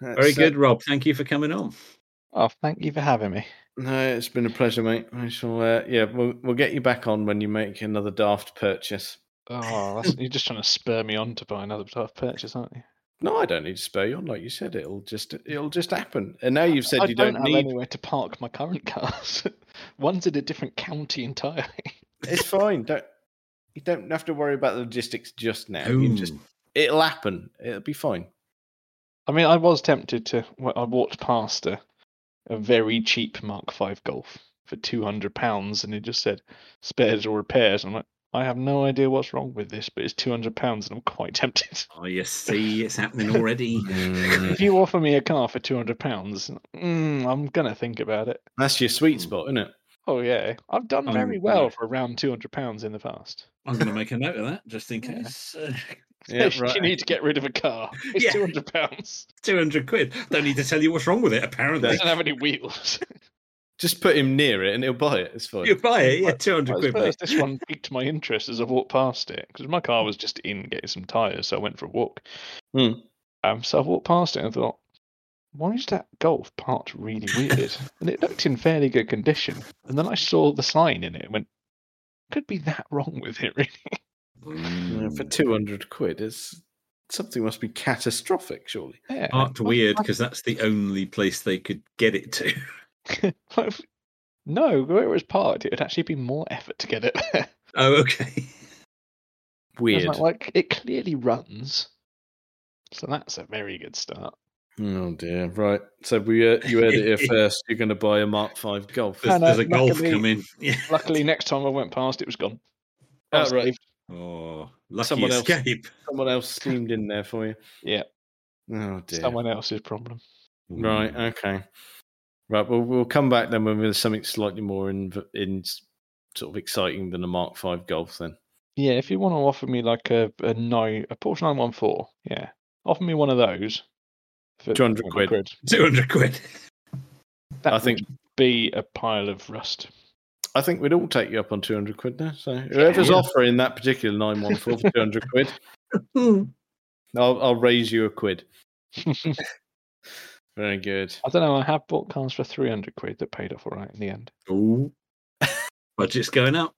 Speaker 1: Very
Speaker 2: That's, uh,
Speaker 1: good, Rob. Thank you for coming on.
Speaker 3: Oh, thank you for having me.
Speaker 2: no, it's been a pleasure, mate. I shall. Uh, yeah, we'll we'll get you back on when you make another daft purchase.
Speaker 3: Oh, that's, you're just trying to spur me on to buy another type of purchase, aren't you?
Speaker 2: No, I don't need to spare you on. Like you said, it'll just it'll just happen. And now you've said
Speaker 3: I
Speaker 2: you don't,
Speaker 3: have
Speaker 2: need.
Speaker 3: anywhere to park my current cars. One's in a different county entirely.
Speaker 2: It's fine. Don't you don't have to worry about the logistics just now. You
Speaker 1: Boom.
Speaker 2: just it'll happen. It'll be fine.
Speaker 3: I mean, I was tempted to. Well, I walked past a, a very cheap Mark V Golf for two hundred pounds, and it just said spares or repairs. I'm like, I have no idea what's wrong with this, but it's two hundred pounds, and I'm quite tempted.
Speaker 1: Oh, you see, it's happening already. Mm.
Speaker 3: if you offer me a car for two hundred pounds, mm, I'm gonna think about it.
Speaker 2: That's your sweet spot, isn't it?
Speaker 3: Oh yeah, I've done
Speaker 1: Um,
Speaker 3: very
Speaker 1: yeah.
Speaker 3: well for around two hundred pounds in the past.
Speaker 1: I'm going to make a note of that just in
Speaker 3: Yeah.
Speaker 1: case. Uh,
Speaker 2: Yeah,
Speaker 3: You
Speaker 2: right.
Speaker 3: need to get rid of a car. It's
Speaker 1: Yeah.
Speaker 3: two hundred pounds.
Speaker 1: 200 quid. Don't need to tell you what's wrong with it, apparently.
Speaker 3: Doesn't have any wheels.
Speaker 2: Just put him near it, and he'll buy it. It's fine.
Speaker 1: You buy it, yeah,
Speaker 3: Well,
Speaker 1: 200
Speaker 3: Well, at
Speaker 1: quid. mate.
Speaker 3: first, this one piqued my interest as I walked past it because my car was just in getting some tires, so I went for a walk.
Speaker 2: Hmm.
Speaker 3: Um, so I walked past it and thought, why is that golf parked really weird? and it looked in fairly good condition. And then I saw the sign in it and went, could be that wrong with it, really.
Speaker 2: Yeah,
Speaker 1: Mm.
Speaker 2: for 200 quid is something must be catastrophic surely
Speaker 3: Yeah.
Speaker 1: Marked weird because that's the only place they could get it to.
Speaker 3: no, where it was parked, it would actually be more effort to get it there.
Speaker 1: Oh, okay.
Speaker 3: I
Speaker 2: weird
Speaker 3: was Like, like, it clearly runs. So that's a very good start.
Speaker 2: Oh dear. Right. So we uh, you heard it here first. You're going to buy a Mark Five Golf.
Speaker 3: No,
Speaker 1: There's,
Speaker 3: no,
Speaker 1: there's a golf
Speaker 3: luckily-
Speaker 1: coming. Yeah.
Speaker 3: Luckily, next time I went past, it was gone.
Speaker 2: Oh,
Speaker 3: Past
Speaker 2: right.
Speaker 3: leaf.
Speaker 1: Oh, lucky
Speaker 2: Someone else.
Speaker 1: escape.
Speaker 2: Someone else steamed in there for you.
Speaker 3: Yeah.
Speaker 2: Oh dear.
Speaker 3: Someone else's problem.
Speaker 1: Hmm.
Speaker 2: Right. Okay. Right. Well, we'll come back then when there's something slightly more in in s- sort of exciting than a Mark Five Golf. Then.
Speaker 3: Yeah, if you want to offer me like a, a nine a Porsche nine one four, yeah, offer me one of those. for
Speaker 2: 200
Speaker 3: 400
Speaker 2: quid.
Speaker 1: Two hundred quid.
Speaker 3: That
Speaker 2: I think
Speaker 3: be a pile of rust.
Speaker 2: I think we'd all take you up on two hundred quid now. So whoever's
Speaker 1: Yeah.
Speaker 2: offering that particular nine one four for two hundred quid,
Speaker 1: Hmm.
Speaker 2: I'll, I'll raise you a quid.
Speaker 3: I
Speaker 2: Very good.
Speaker 3: don't know. I have bought cars for three hundred quid that paid off all right in the end.
Speaker 1: Ooh. Budget's going up.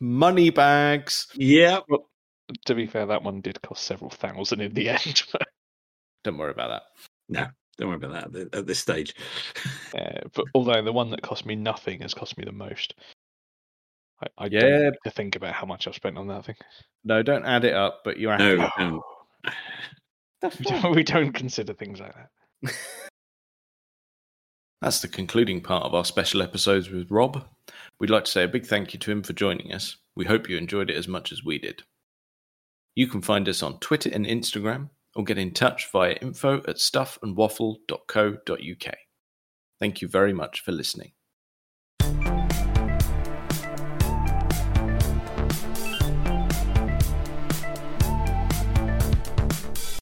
Speaker 2: Money bags.
Speaker 1: Yeah.
Speaker 3: To be fair, that one did cost several thousand in the end. But,
Speaker 2: Don't worry about that.
Speaker 1: Don't worry about that at th- at this stage.
Speaker 3: uh, but although the one that cost me nothing has cost me the most. I, I don't
Speaker 2: Yeah.
Speaker 3: like to think about how much I've spent on that thing.
Speaker 2: No, don't add it up. But you're happy.
Speaker 1: No. um,
Speaker 3: We don't, we don't consider things like that.
Speaker 2: That's the concluding part of our special episodes with Rob. We'd like to say a big thank you to him for joining us. We hope you enjoyed it as much as we did. You can find us on Twitter and Instagram or get in touch via info at stuffandwaffle.co.uk. Thank you very much for listening.